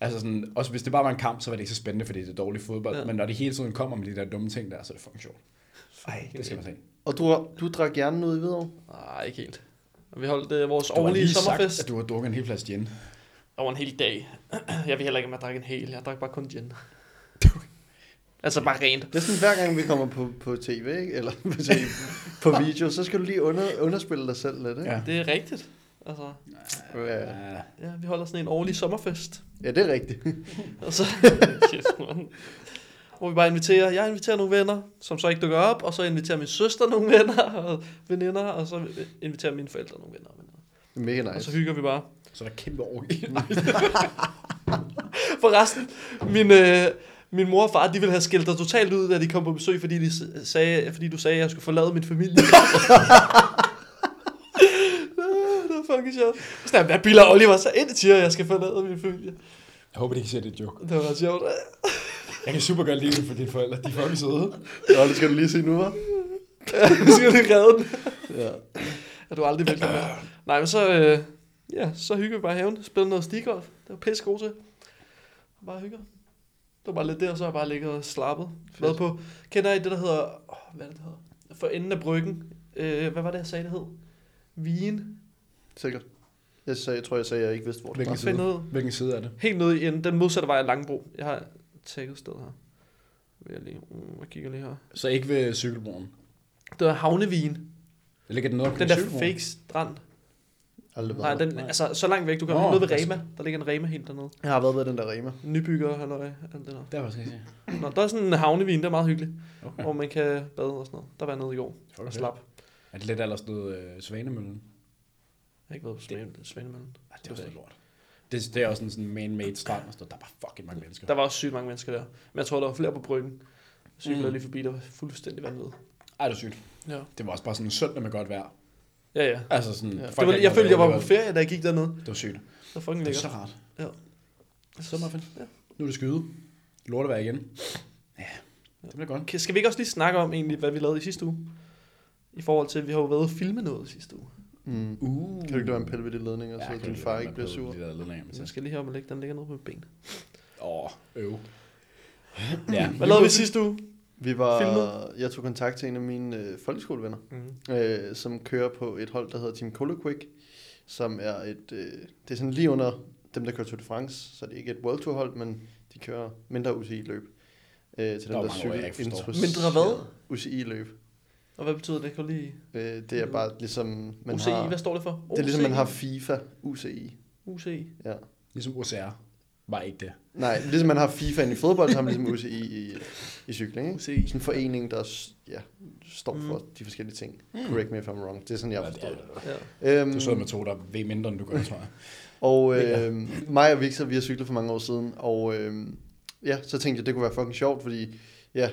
[SPEAKER 4] Altså sådan, også hvis det bare var en kamp, så var det ikke så spændende, fordi det er dårlig fodbold.
[SPEAKER 1] Ja.
[SPEAKER 4] Ja. Men når det hele tiden kommer med de der dumme ting der, så er det fucking sjovt. Ej, det skal man se.
[SPEAKER 2] Og du, har- du drak hjernen ud i Hvidovre?
[SPEAKER 1] Nej, ikke helt. Og vi holdt øh, vores
[SPEAKER 4] Du har
[SPEAKER 1] årlige
[SPEAKER 4] lige sagt,
[SPEAKER 1] sommerfest
[SPEAKER 4] at du har drukket en hel flaske gin.
[SPEAKER 1] over en hel dag. jeg vil heller ikke, om jeg drak en hel. Jeg drak bare kun gin. altså bare rent.
[SPEAKER 2] Det er sådan, hver gang vi kommer på, på tv, ikke? eller på, TV, på video, så skal du lige under, underspille dig selv lidt. Ikke?
[SPEAKER 4] Ja.
[SPEAKER 1] Det er rigtigt. Altså,
[SPEAKER 2] Ja.
[SPEAKER 4] Ja.
[SPEAKER 1] ja, vi holder sådan en årlig sommerfest.
[SPEAKER 2] ja, det er rigtigt.
[SPEAKER 1] Og så, shit, man. Hvor vi bare inviterer, jeg inviterer nogle venner, som så ikke dukker op, og så inviterer min søster nogle venner og veninder, og så inviterer mine forældre nogle venner og veninder.
[SPEAKER 2] Mega
[SPEAKER 1] Og så
[SPEAKER 2] nice.
[SPEAKER 1] hygger vi bare.
[SPEAKER 4] Så er der kæmpe år.
[SPEAKER 1] Forresten, min, øh, min mor og far, de ville have skilt dig totalt ud, da de kom på besøg, fordi, de s- sagde, fordi du sagde, at jeg skulle forlade min familie. Ah, det var fucking sjovt. Sådan, hvad bilder Oliver så ind, siger jeg, jeg skal forlade min familie.
[SPEAKER 4] Jeg håber, de kan se det er et joke.
[SPEAKER 1] Det var sjovt.
[SPEAKER 4] Jeg kan super godt lide det for dine forældre. De er fucking søde.
[SPEAKER 2] Og det skal du lige se nu, hva'?
[SPEAKER 1] Nu skal du redde den.
[SPEAKER 2] Ja.
[SPEAKER 1] Er du aldrig velkommen med? Nej, men så, øh, ja, så hygger vi bare i haven. Spiller noget stigolf. Det var pisse god til. Og bare hygger. Det var bare lidt der, og så har jeg bare ligget og slappet. Hvad på? Kender I det, der hedder... Oh, hvad er det, det hedder? For enden af bryggen. Øh, hvad var det, jeg sagde, det hed? Vigen.
[SPEAKER 2] Sikkert. Jeg, sagde, jeg tror, jeg sagde, at jeg ikke vidste, hvor det
[SPEAKER 4] Hvilken
[SPEAKER 2] var.
[SPEAKER 1] Find
[SPEAKER 4] side?
[SPEAKER 1] ud.
[SPEAKER 4] Hvilken side er det?
[SPEAKER 1] Helt nede i enden. Den modsatte vej af Langbro. Jeg har tækket sted her. Vil Jeg, lige, uh, jeg kigger lige her.
[SPEAKER 4] Så ikke ved cykelbroen.
[SPEAKER 1] Det var Havnevigen.
[SPEAKER 4] Det ligger den noget
[SPEAKER 1] Den der fake strand.
[SPEAKER 2] Aldrig
[SPEAKER 1] Nej,
[SPEAKER 2] været der.
[SPEAKER 1] den, altså, så langt væk, du kan
[SPEAKER 4] Nå,
[SPEAKER 1] oh, nede ved
[SPEAKER 4] altså-
[SPEAKER 1] Rema. Der ligger en Rema helt dernede.
[SPEAKER 2] Jeg har været ved den der Rema.
[SPEAKER 1] Nybygger, halløj, alt det der.
[SPEAKER 4] Der var sådan
[SPEAKER 1] Nå, der er sådan en havnevin, der er meget hyggelig,
[SPEAKER 4] Okay.
[SPEAKER 1] hvor man kan bade og sådan noget. Der var jeg nede i går
[SPEAKER 4] Fuck,
[SPEAKER 1] og
[SPEAKER 4] fedt.
[SPEAKER 1] slap.
[SPEAKER 4] Er det lidt ellers noget øh, Svanemøllen?
[SPEAKER 1] Jeg har ikke været på Svane- Svanemøllen.
[SPEAKER 4] Ej, det var sådan lort. Det, det er også en sådan man-made strand, og sådan noget. der er bare fucking mange mennesker.
[SPEAKER 1] Der var også sygt mange mennesker der. Men jeg tror, der var flere på bryggen. Cyklede
[SPEAKER 4] Mm.
[SPEAKER 1] lige forbi, der var fuldstændig vanvittigt.
[SPEAKER 4] Ej, det er sygt.
[SPEAKER 1] Ja.
[SPEAKER 4] Det var også bare sådan en søndag med godt vejr.
[SPEAKER 1] Ja, ja.
[SPEAKER 4] Altså sådan,
[SPEAKER 2] Ja.
[SPEAKER 1] Det
[SPEAKER 4] folk
[SPEAKER 1] var,
[SPEAKER 4] er
[SPEAKER 1] jeg
[SPEAKER 4] ikke
[SPEAKER 1] følte, jeg var
[SPEAKER 4] glade,
[SPEAKER 1] på ferie, da jeg gik dernede.
[SPEAKER 4] Det var sygt.
[SPEAKER 1] Det var fucking
[SPEAKER 4] Det er
[SPEAKER 1] lækkert.
[SPEAKER 4] så rart.
[SPEAKER 1] Ja.
[SPEAKER 4] Sommerferien.
[SPEAKER 1] Ja.
[SPEAKER 4] Nu er det skyde. Lort at være igen. Ja, det bliver godt.
[SPEAKER 1] Okay, skal vi ikke også lige snakke om egentlig, hvad vi lavede i sidste uge? I forhold til, at vi har jo været og filme noget sidste uge.
[SPEAKER 2] Mm.
[SPEAKER 4] Uh.
[SPEAKER 2] Kan du ikke lade en pille ved de ledninger, så din far ikke bliver sur?
[SPEAKER 4] Det der ledninger, men
[SPEAKER 1] Så jeg
[SPEAKER 4] så-
[SPEAKER 1] skal lige heroppe og lægge den ligger nede på mit ben.
[SPEAKER 4] Åh, øv. Ja.
[SPEAKER 1] Hvad lavede vi sidste uge?
[SPEAKER 2] Vi var,
[SPEAKER 1] Filmet?
[SPEAKER 2] jeg tog kontakt til en af mine øh, folkeskolevenner,
[SPEAKER 1] Mm.
[SPEAKER 2] øh, som kører på et hold, der hedder Team Coloquick, som er et, øh, det er sådan lige under dem, der kører Tour de France, så det er ikke et World Tour hold, men de kører mindre UCI-løb. Øh, til
[SPEAKER 4] er
[SPEAKER 2] dem, der
[SPEAKER 4] mange
[SPEAKER 2] er
[SPEAKER 4] ord, jeg ikke
[SPEAKER 2] cykelinteresserede.
[SPEAKER 4] forstår.
[SPEAKER 1] Mindre hvad?
[SPEAKER 2] UCI-løb.
[SPEAKER 1] Og hvad betyder det? Kan du lige...
[SPEAKER 2] Øh, det er bare ligesom, man
[SPEAKER 1] UCI,
[SPEAKER 2] har,
[SPEAKER 1] hvad står det for?
[SPEAKER 2] det er ligesom, man
[SPEAKER 1] OCI?
[SPEAKER 2] har FIFA, UCI.
[SPEAKER 1] UCI.
[SPEAKER 2] Ja.
[SPEAKER 4] Ligesom OCR. Var ikke det.
[SPEAKER 2] Nej, ligesom man har FIFA ind i fodbold, så har man ligesom UCI i, i cykling. Ikke?
[SPEAKER 1] UCI.
[SPEAKER 2] Sådan en forening, der s- ja, står for
[SPEAKER 1] Mm.
[SPEAKER 2] de forskellige ting. Correct me if I'm wrong. Det er sådan, jeg forstår det.
[SPEAKER 1] Ja.
[SPEAKER 4] Du
[SPEAKER 2] Øhm,
[SPEAKER 4] sidder med to, der ved mindre, end du gør, tror jeg.
[SPEAKER 2] og øh, mig og Victor, vi har cyklet for mange år siden, og øh, ja, så tænkte jeg, det kunne være fucking sjovt, fordi ja,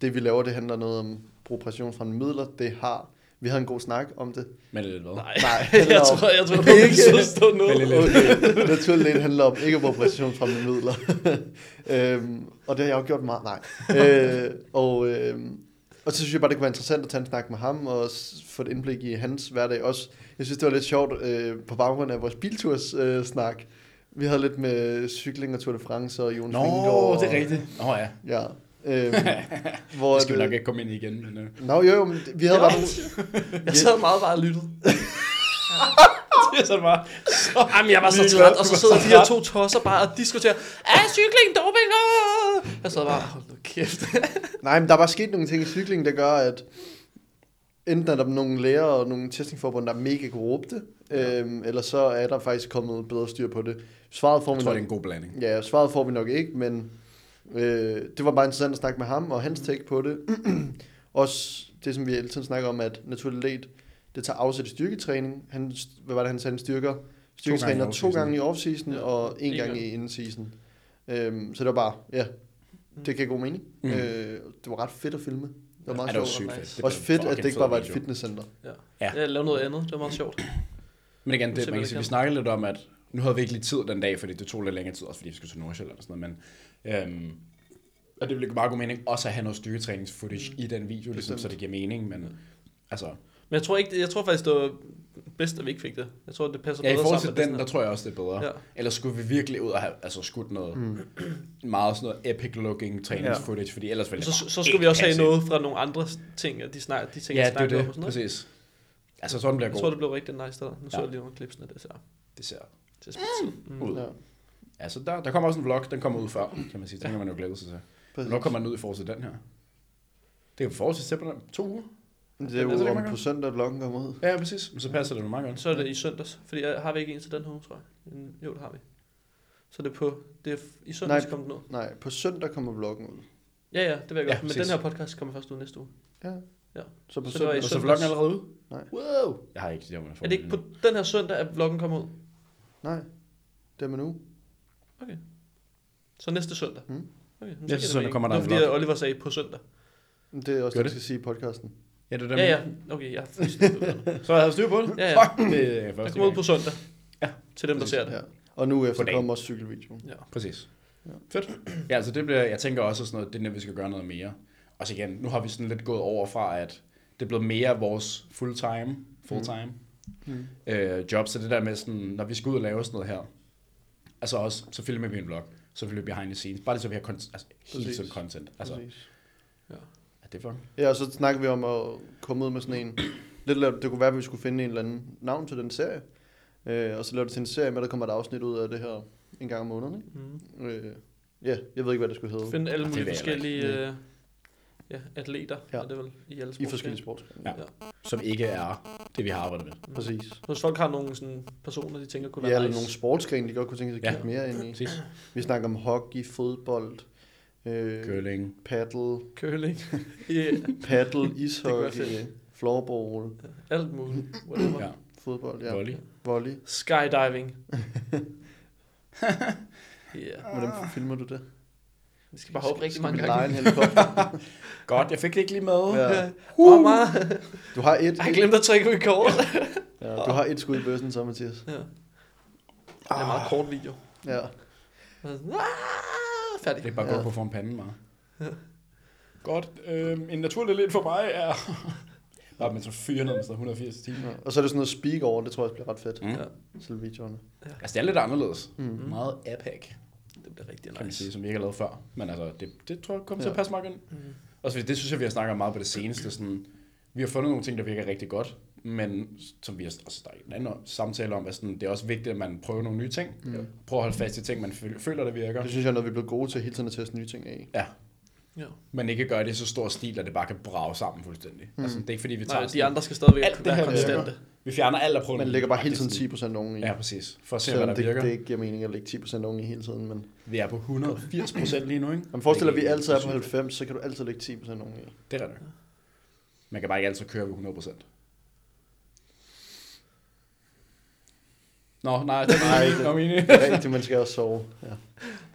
[SPEAKER 2] det vi laver, det handler noget om progressionsfremmende midler. Det har, vi havde en god snak om det.
[SPEAKER 4] Men det er lidt hvad?
[SPEAKER 1] Nej,
[SPEAKER 2] Nej,
[SPEAKER 1] jeg
[SPEAKER 2] eller-
[SPEAKER 1] tror, jeg tror, du ikke
[SPEAKER 2] Ikke-
[SPEAKER 1] så stå noget.
[SPEAKER 4] Vælg lidt.
[SPEAKER 2] Okay, naturligt handler om ikke progression fra mine midler. øhm, og det har jeg også gjort meget, nej. Øh, og, øhm, og så synes jeg bare, det kunne være interessant at tage en snak med ham, og s- få et indblik i hans hverdag også. Jeg synes, det var lidt sjovt øh, på baggrund af vores bilturs øh, snak. Vi havde lidt med cykling og Tour de France og Jon
[SPEAKER 4] Nå,
[SPEAKER 2] Fingegaard.
[SPEAKER 4] det er rigtigt. Nå ja,
[SPEAKER 2] Ja. Øhm, hvor
[SPEAKER 4] det skal vi
[SPEAKER 2] at, øh,
[SPEAKER 4] nok ikke komme ind i igen. Men, uh...
[SPEAKER 2] Nå, jo, jo, men det- vi havde bare nogle...
[SPEAKER 1] Jeg sad meget bare og lyttede.
[SPEAKER 4] Det er sådan bare...
[SPEAKER 1] Jamen, jeg var så
[SPEAKER 4] Ligeglad,
[SPEAKER 1] træt, og
[SPEAKER 4] du
[SPEAKER 1] så
[SPEAKER 4] var
[SPEAKER 1] sidder
[SPEAKER 4] så
[SPEAKER 1] de her
[SPEAKER 4] træt.
[SPEAKER 1] to tosser bare og diskuterer. Er cykling doping? Ah! Jeg sad bare, hold nu kæft.
[SPEAKER 2] Nej, men der er bare sket nogle ting i cykling, der gør, at enten er der nogle læger og nogle testingforbund, der er mega korrupte, ja. øhm, eller så er der faktisk kommet bedre styr på det. Svaret får
[SPEAKER 4] Jeg
[SPEAKER 2] vi
[SPEAKER 4] tror,
[SPEAKER 2] nok,
[SPEAKER 4] det er en god blanding.
[SPEAKER 2] ja, svaret får vi nok ikke, men øh, det var bare interessant at snakke med ham og hans take på det. Også det, som vi hele tiden snakker om, at naturligt let, det tager afsæt i styrketræning. Han, hvad var det, han sagde, han styrker? Styrketræner to
[SPEAKER 4] off-season.
[SPEAKER 2] gange i off-season
[SPEAKER 1] Ja,
[SPEAKER 2] ja, og en
[SPEAKER 1] en
[SPEAKER 2] gang
[SPEAKER 1] gang.
[SPEAKER 2] i in-season. Øhm, så det var bare, ja, det gav god mening.
[SPEAKER 4] Mm.
[SPEAKER 2] Mm. Øh, det var ret fedt at filme. Det var
[SPEAKER 4] Ej,
[SPEAKER 2] meget
[SPEAKER 4] det var
[SPEAKER 2] sjovt.
[SPEAKER 4] sygt
[SPEAKER 1] nice.
[SPEAKER 4] fedt.
[SPEAKER 2] Det
[SPEAKER 4] blev
[SPEAKER 2] også
[SPEAKER 4] en
[SPEAKER 2] fedt, at
[SPEAKER 4] fucking
[SPEAKER 2] det ikke
[SPEAKER 4] fed
[SPEAKER 2] bare var et
[SPEAKER 4] video.
[SPEAKER 2] fitnesscenter.
[SPEAKER 1] Ja.
[SPEAKER 4] Ja.
[SPEAKER 1] Jeg lavede noget andet, det var meget sjovt.
[SPEAKER 4] Men igen, det,
[SPEAKER 1] Simpelthen
[SPEAKER 4] man kan sige,
[SPEAKER 1] ikke.
[SPEAKER 4] vi snakkede lidt om, at nu havde vi ikke lige tid den dag, fordi det tog lidt længere tid, også fordi vi skulle til Nordsjælland og sådan noget, men øhm, Og det ville meget god mening også at have noget styrketrænings-footage i den video, ligesom, så det giver mening, men altså...
[SPEAKER 1] Men jeg tror, ikke, jeg tror faktisk, det var bedst, at vi ikke fik det. Jeg tror, det passer
[SPEAKER 4] Ja, i
[SPEAKER 1] bedre
[SPEAKER 4] forhold
[SPEAKER 1] sammen.
[SPEAKER 4] til
[SPEAKER 1] med
[SPEAKER 4] den, der
[SPEAKER 1] Disney.
[SPEAKER 4] tror jeg også, det er bedre.
[SPEAKER 1] Ja.
[SPEAKER 4] Ja. Ellers skulle vi virkelig ud og have altså, skudt noget mm. meget sådan noget epic-looking trænings-footage, fordi ellers ville det
[SPEAKER 1] så,
[SPEAKER 4] bare
[SPEAKER 1] så skulle
[SPEAKER 4] ikke
[SPEAKER 1] vi også have
[SPEAKER 4] passe
[SPEAKER 1] noget fra nogle andre ting, at de, snak, de ting,
[SPEAKER 4] Ja,
[SPEAKER 1] de
[SPEAKER 4] det er
[SPEAKER 1] snakker om og
[SPEAKER 4] det.
[SPEAKER 1] sådan noget.
[SPEAKER 4] Præcis. Altså, jeg tror, den bliver
[SPEAKER 1] Jeg tror,
[SPEAKER 4] god.
[SPEAKER 1] det blev rigtig nice der. Nu så
[SPEAKER 4] Ja.
[SPEAKER 1] jeg lige nogle klipsene, det ser.
[SPEAKER 4] Det ser
[SPEAKER 1] Det ser mm.
[SPEAKER 4] ud.
[SPEAKER 2] Ja.
[SPEAKER 4] Altså, der, der kommer også en vlog, den kommer ud før, kan man sige. Den kan man jo glæde sig til.
[SPEAKER 2] Præcis.
[SPEAKER 4] Hvornår kommer den ud i forhold til den her? Det er jo forhold til september, to uger.
[SPEAKER 2] Det er
[SPEAKER 4] Altså, det
[SPEAKER 2] jo
[SPEAKER 4] kan
[SPEAKER 2] om
[SPEAKER 4] man
[SPEAKER 2] på
[SPEAKER 4] godt.
[SPEAKER 2] søndag, vloggen kommer ud.
[SPEAKER 4] Ja, ja, præcis. Men så passer det jo meget godt.
[SPEAKER 1] Så er det i søndags, fordi jeg, har vi ikke en til den her uge, tror jeg. En- Jo, det har vi. Så det er på, det er f- i søndags
[SPEAKER 2] Nej.
[SPEAKER 1] kom den ud.
[SPEAKER 2] Nej, på søndag kommer vloggen ud.
[SPEAKER 1] Ja, ja, det vil jeg godt. Ja,
[SPEAKER 4] Ja,
[SPEAKER 1] Men den
[SPEAKER 4] præcis.
[SPEAKER 1] her podcast kommer først ud næste uge.
[SPEAKER 2] Ja.
[SPEAKER 1] Ja.
[SPEAKER 2] Så på
[SPEAKER 1] Så det var
[SPEAKER 2] søndag.
[SPEAKER 1] i
[SPEAKER 4] Og så er
[SPEAKER 1] søndags.
[SPEAKER 4] vloggen allerede ude?
[SPEAKER 2] Nej.
[SPEAKER 4] Wow! Jeg har ikke det, man får
[SPEAKER 1] Er det ikke på den her søndag, at vloggen kommer ud?
[SPEAKER 2] Nej, det er man nu.
[SPEAKER 1] Okay. Så næste søndag?
[SPEAKER 2] Mm.
[SPEAKER 1] Okay,
[SPEAKER 4] Hmm? Næste søndag kommer der
[SPEAKER 1] en
[SPEAKER 4] en
[SPEAKER 1] fordi
[SPEAKER 4] vlog.
[SPEAKER 1] at Oliver sagde på søndag.
[SPEAKER 2] Det er også
[SPEAKER 4] Gør
[SPEAKER 2] det, jeg
[SPEAKER 4] det?
[SPEAKER 2] skal sige i podcasten.
[SPEAKER 4] Ja, det er
[SPEAKER 1] Ja,
[SPEAKER 4] dem.
[SPEAKER 1] ja. Okay, jeg har fuldstændig uddannet.
[SPEAKER 4] Så jeg havde styr på det.
[SPEAKER 1] Ja, ja.
[SPEAKER 4] Fuck, det er
[SPEAKER 1] Der
[SPEAKER 4] første
[SPEAKER 1] kommer ud
[SPEAKER 4] gang.
[SPEAKER 1] på søndag.
[SPEAKER 4] Ja,
[SPEAKER 1] Til dem, der ser det.
[SPEAKER 2] Ja. Og nu efter
[SPEAKER 4] dagen.
[SPEAKER 2] kommer også cykelvideoen.
[SPEAKER 4] Præcis. Ja. Fedt. Ja, altså det bliver, jeg tænker også sådan noget, det er nemt, vi skal gøre noget mere. Og så igen, nu har vi sådan lidt gået over fra, at det er blevet mere vores full-time, full-time mm. øh, job, så det der med sådan, når vi skal ud og lave sådan noget her, altså også, så filmer vi en vlog, så filmer vi behind the scenes, bare lige så vi har kon- altså,
[SPEAKER 2] Præcis.
[SPEAKER 4] helt sådan content. Altså,
[SPEAKER 2] Præcis.
[SPEAKER 4] er det for?
[SPEAKER 2] Ja, og så snakker vi om at komme ud med sådan en... Lidt lavt, det kunne være, at vi skulle finde en eller anden navn til den serie. Øh, og så lave det til en serie med, at der kommer et afsnit ud af det her en gang om måneden. Ikke?
[SPEAKER 1] Mm.
[SPEAKER 2] Øh, ja, jeg ved ikke, hvad det skulle hedde.
[SPEAKER 1] Finde alle
[SPEAKER 4] det
[SPEAKER 1] mulige
[SPEAKER 4] vil jeg
[SPEAKER 1] forskellige øh, ja, atleter, ja.
[SPEAKER 2] Ja.
[SPEAKER 1] er det vel, i alle
[SPEAKER 2] I
[SPEAKER 1] sportsgrene.
[SPEAKER 2] forskellige sportsgrene.
[SPEAKER 4] Ja. Som ikke er det, vi har arbejdet med.
[SPEAKER 2] Præcis.
[SPEAKER 1] Hvis folk har nogle sådan, personer, de tænker kunne
[SPEAKER 2] Ja,
[SPEAKER 1] være
[SPEAKER 2] eller
[SPEAKER 1] nice.
[SPEAKER 2] nogle sportsgrene, de godt kunne tænke sig at
[SPEAKER 4] Ja.
[SPEAKER 2] kigge mere ind i.
[SPEAKER 4] Præcis.
[SPEAKER 2] Vi snakker om hockey, fodbold, øh,
[SPEAKER 4] Curling.
[SPEAKER 2] paddle,
[SPEAKER 1] Curling. yeah.
[SPEAKER 2] paddle,
[SPEAKER 1] være
[SPEAKER 2] ishockey,
[SPEAKER 1] fedt.
[SPEAKER 2] floorball,
[SPEAKER 1] Alt muligt. Whatever.
[SPEAKER 4] Ja.
[SPEAKER 2] fodbold, ja.
[SPEAKER 4] Volley.
[SPEAKER 2] Volley.
[SPEAKER 1] Skydiving. yeah.
[SPEAKER 2] Hvordan filmer du det?
[SPEAKER 1] Vi skal bare hoppe rigtig
[SPEAKER 2] Skal vi
[SPEAKER 1] mange
[SPEAKER 2] lege
[SPEAKER 1] gange.
[SPEAKER 2] en helikopter?
[SPEAKER 4] Godt, jeg fik det ikke lige med.
[SPEAKER 2] Ja.
[SPEAKER 1] Uh. Og meget.
[SPEAKER 2] Du har et,
[SPEAKER 1] Jeg glemte at trykke record.
[SPEAKER 2] ja, du har et skud i bøssen, så Mathias.
[SPEAKER 1] ja. Det er en
[SPEAKER 2] Ah.
[SPEAKER 1] meget kort video.
[SPEAKER 2] Ja.
[SPEAKER 1] Og sådan, "Ah!" Færdig.
[SPEAKER 4] Det er bare ja.
[SPEAKER 2] Ja.
[SPEAKER 4] godt på form panden, meget. Godt. Øh, en naturlig lidt for mig er... Bare med så fyre ned med sådan 180 timer.
[SPEAKER 2] Og så er det sådan noget speak over, det tror jeg også bliver ret fedt.
[SPEAKER 4] Mm.
[SPEAKER 1] Ja.
[SPEAKER 2] Selve videoerne.
[SPEAKER 4] Altså, det er lidt anderledes. Mm. Meget APAC,
[SPEAKER 1] Det bliver rigtig
[SPEAKER 4] kan man
[SPEAKER 1] Mhm. nice.
[SPEAKER 4] sige, som vi ikke har lavet før. Men altså, det, det tror jeg kommer til at
[SPEAKER 2] Ja.
[SPEAKER 4] passe meget godt.
[SPEAKER 1] Mhm.
[SPEAKER 4] Mm. Og så det synes jeg, vi har snakket meget på det seneste. Sådan, vi har fundet nogle ting, der virker rigtig godt, men som vi har altså, der er en anden samtale om, at sådan, det er også vigtigt, at man prøver nogle nye ting. Mm. Prøver at holde fast i ting, man føl- føler, der virker.
[SPEAKER 2] Det synes jeg, når vi er blevet gode til hele tiden at teste nye ting af.
[SPEAKER 4] Ja,
[SPEAKER 1] Ja.
[SPEAKER 4] men ikke gøre det i så stor stil, at det bare kan brage sammen fuldstændig. Mm. Altså, det er ikke fordi, vi tager
[SPEAKER 1] Mhm. Nej, de
[SPEAKER 4] sådan-
[SPEAKER 1] andre skal stadigvæk
[SPEAKER 4] alt det
[SPEAKER 1] være
[SPEAKER 4] her
[SPEAKER 1] konstante.
[SPEAKER 4] virker. Vi fjerner alt af prøven.
[SPEAKER 2] Man lægger bare hele tiden 10% oveni.
[SPEAKER 4] Ja, præcis. For at se, hvad
[SPEAKER 2] Selvom
[SPEAKER 4] der
[SPEAKER 2] det,
[SPEAKER 4] virker.
[SPEAKER 2] det ikke giver mening at lægge 10% oveni hele tiden. Men
[SPEAKER 4] Vi er på 180 procent lige nu, ikke?
[SPEAKER 2] man forestiller, at vi
[SPEAKER 4] Det
[SPEAKER 2] altid er på
[SPEAKER 4] helt
[SPEAKER 2] 90, så kan du altid lægge 10% oveni.
[SPEAKER 4] sygt. Det er rigtigt. Man kan bare ikke altid køre ved 100 procent. Nå, nej, det
[SPEAKER 2] Nej,
[SPEAKER 4] er
[SPEAKER 2] det-
[SPEAKER 4] ikke om enig.
[SPEAKER 2] Det er rigtigt, man skal også sove. Ja.
[SPEAKER 1] Det er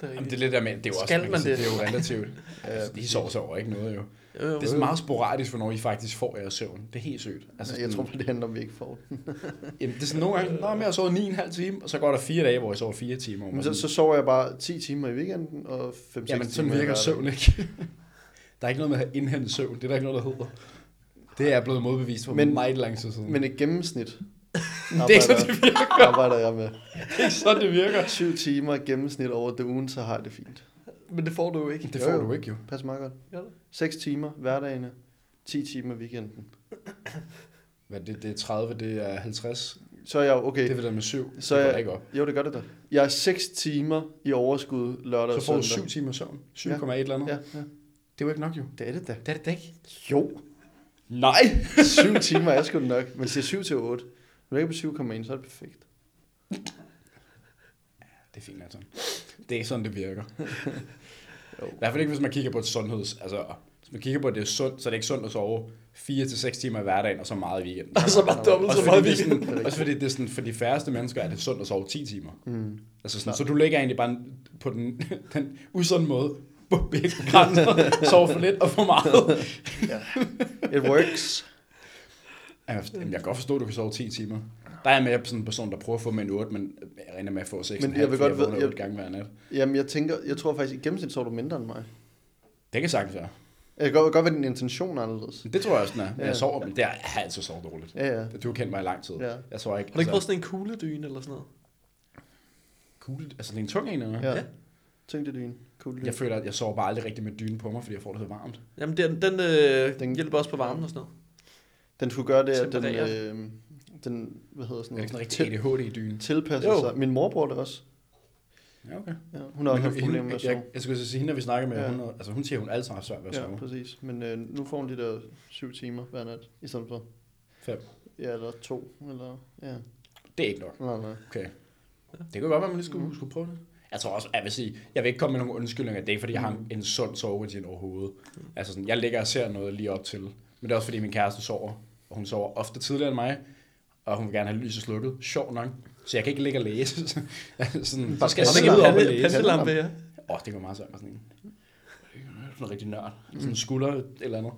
[SPEAKER 4] Jamen, det
[SPEAKER 1] rigtigt.
[SPEAKER 4] er lidt der med, det er jo også,
[SPEAKER 1] Skal
[SPEAKER 4] kan
[SPEAKER 1] man
[SPEAKER 4] sige,
[SPEAKER 1] det?
[SPEAKER 4] det? er jo relativt. Altså, de sover så over ikke noget, jo.
[SPEAKER 1] Jo, jo,
[SPEAKER 4] Det
[SPEAKER 1] jo.
[SPEAKER 4] er sådan meget sporadisk, hvornår I faktisk får jeres søvn. Det er helt sygt. Altså,
[SPEAKER 2] Jeg
[SPEAKER 4] sådan-
[SPEAKER 2] tror, det handler om, at vi ikke får den.
[SPEAKER 4] Jamen, det er sådan nogle gange, nej, men jeg har sovet 9,5 timer, og så går der fire dage, hvor jeg sover 4 timer.
[SPEAKER 2] Men så, så sover jeg bare 10 timer i weekenden og 5-6 timer.
[SPEAKER 4] Jamen, sådan
[SPEAKER 2] i
[SPEAKER 4] virker
[SPEAKER 2] hverdagen.
[SPEAKER 4] søvn ikke. der er ikke noget med at have indhentet søvn. Det er der ikke noget, der hedder. Det er blevet modbevist for men,
[SPEAKER 2] Men-
[SPEAKER 4] meget lang tid siden.
[SPEAKER 2] Men et gennemsnit
[SPEAKER 4] det er ikke sådan, det
[SPEAKER 2] arbejder,
[SPEAKER 4] virker.
[SPEAKER 2] arbejder jeg med.
[SPEAKER 4] Det er ikke sådan, det virker.
[SPEAKER 2] 7 timer i gennemsnit over det ugen, så har jeg det fint.
[SPEAKER 1] Men det får du jo ikke.
[SPEAKER 4] Det
[SPEAKER 2] Jo,
[SPEAKER 4] får
[SPEAKER 2] jo.
[SPEAKER 4] du ikke, jo.
[SPEAKER 2] Pas meget godt.
[SPEAKER 1] Gør det?
[SPEAKER 2] 6 timer hverdagene, 10 timer i weekenden.
[SPEAKER 4] Hvad, det, det er 30, det er 50.
[SPEAKER 2] Så er jeg jo- okay.
[SPEAKER 4] Det vil der med 7.
[SPEAKER 2] Så
[SPEAKER 4] det går
[SPEAKER 2] jeg-
[SPEAKER 4] da ikke op.
[SPEAKER 2] Jo, det gør det da. Jeg er 6 timer i overskud lørdag
[SPEAKER 4] Så får
[SPEAKER 2] og
[SPEAKER 4] du 7
[SPEAKER 2] søndag.
[SPEAKER 4] timer søvn. 7,1 eller andet.
[SPEAKER 2] Ja,
[SPEAKER 4] Ja.
[SPEAKER 2] ja.
[SPEAKER 4] Det er jo ikke nok, jo.
[SPEAKER 2] Det er det da.
[SPEAKER 4] Det er det da ikke.
[SPEAKER 2] Jo.
[SPEAKER 4] Nej.
[SPEAKER 2] 7 timer er sgu nok. Men siger 7 til 8. Når du er på 7,1, så er det perfekt.
[SPEAKER 4] Det er fint, altså. Det er ikke sådan, det virker. I hvert fald ikke, hvis man kigger på et sundheds... Altså, hvis man kigger på, at det er sundt, så er det ikke sundt at sove 4-6 timer i hverdagen, og så meget i weekenden.
[SPEAKER 1] Og så bare dobbelt så
[SPEAKER 4] Også
[SPEAKER 1] meget
[SPEAKER 4] fordi, det er
[SPEAKER 1] vildt.
[SPEAKER 4] sådan, også fordi det er sådan, for de færreste mennesker er det sundt at sove 10 timer. Mm. Altså sådan, så du ligger egentlig bare på den, den usunde måde på begge grænser, sover for lidt og for meget.
[SPEAKER 2] It works.
[SPEAKER 4] Jamen, jeg kan godt forstå, at du kan sove 10 timer. Der er jeg med sådan en person, der prøver at få med en 8, men jeg regner med at få 6
[SPEAKER 2] Men jeg vil godt ved-
[SPEAKER 4] vågner
[SPEAKER 2] jeg-
[SPEAKER 4] 8 gange hver nat.
[SPEAKER 2] Jamen, jeg tænker, jeg tror faktisk, i gennemsnit sover du mindre end mig.
[SPEAKER 4] Det kan sagtens være.
[SPEAKER 2] Jeg kan godt, godt være, din intention er anderledes.
[SPEAKER 4] Det tror jeg også, den er. Men
[SPEAKER 2] Ja.
[SPEAKER 4] jeg sover, men det er, jeg har altid sovet dårligt.
[SPEAKER 2] Ja, ja.
[SPEAKER 4] Du har kendt mig i lang tid.
[SPEAKER 2] Ja.
[SPEAKER 4] Jeg sover ikke. altså,
[SPEAKER 1] Har du ikke fået sådan en kugledyne eller sådan noget?
[SPEAKER 4] cool. Altså, det er en tung en, eller?
[SPEAKER 2] Ja.
[SPEAKER 4] Ja.
[SPEAKER 2] ja. Tænk det dyne. Cool dyne.
[SPEAKER 4] Jeg føler, at jeg sover bare aldrig rigtigt med dynen på mig, fordi jeg får det så varmt.
[SPEAKER 1] Jamen, den, den, øh,
[SPEAKER 2] Den-
[SPEAKER 1] den hjælper også på varmen og sådan noget.
[SPEAKER 2] Den skulle gøre det, at den,
[SPEAKER 1] Temperere.
[SPEAKER 2] øh, den hvad hedder sådan
[SPEAKER 4] Er det ikke sådan en
[SPEAKER 2] noget, til,
[SPEAKER 4] rigtig ADHD i dynen?
[SPEAKER 2] tilpasser
[SPEAKER 1] Jo.
[SPEAKER 2] sig. Min mor bruger det også.
[SPEAKER 4] Ja, okay.
[SPEAKER 2] Ja, hun har også haft problemer med at
[SPEAKER 4] jeg, jeg,
[SPEAKER 2] sove.
[SPEAKER 4] jeg, skulle så sige, hende, når vi snakker med,
[SPEAKER 2] Ja.
[SPEAKER 4] ja. hun, er- altså, hun siger, hun altid har haft svært ved at
[SPEAKER 2] Ja,
[SPEAKER 4] sove.
[SPEAKER 2] præcis. Men øh, nu får hun de der syv timer hver nat, i stedet for
[SPEAKER 4] Fem.
[SPEAKER 2] ja, eller to, eller ja.
[SPEAKER 4] Det er ikke nok.
[SPEAKER 2] Nej, nej.
[SPEAKER 4] Okay. Det kunne godt være, man lige skulle, mm. skulle prøve det. Jeg tror også, jeg vil sige, jeg vil ikke komme med nogen undskyldninger. Det er ikke, fordi jeg har en, en sund soverutin overhovedet. Altså sådan, jeg ligger og ser noget lige op til. Men det er også, fordi min kæreste sover. Og hun sover ofte tidligere end mig. Og hun vil gerne have lyset slukket. Sjov nok. Så jeg kan ikke ligge og læse. Altså sådan, så skal
[SPEAKER 2] Bare
[SPEAKER 4] jeg
[SPEAKER 2] lægge
[SPEAKER 4] sidde
[SPEAKER 2] en
[SPEAKER 4] op og
[SPEAKER 2] pande-
[SPEAKER 4] læse.
[SPEAKER 2] pande-
[SPEAKER 1] Pandelampe, ja.
[SPEAKER 4] Åh, oh, det kunne være meget sejt. med Sådan en, sådan en rigtig nørd. Sådan en skulder et eller andet.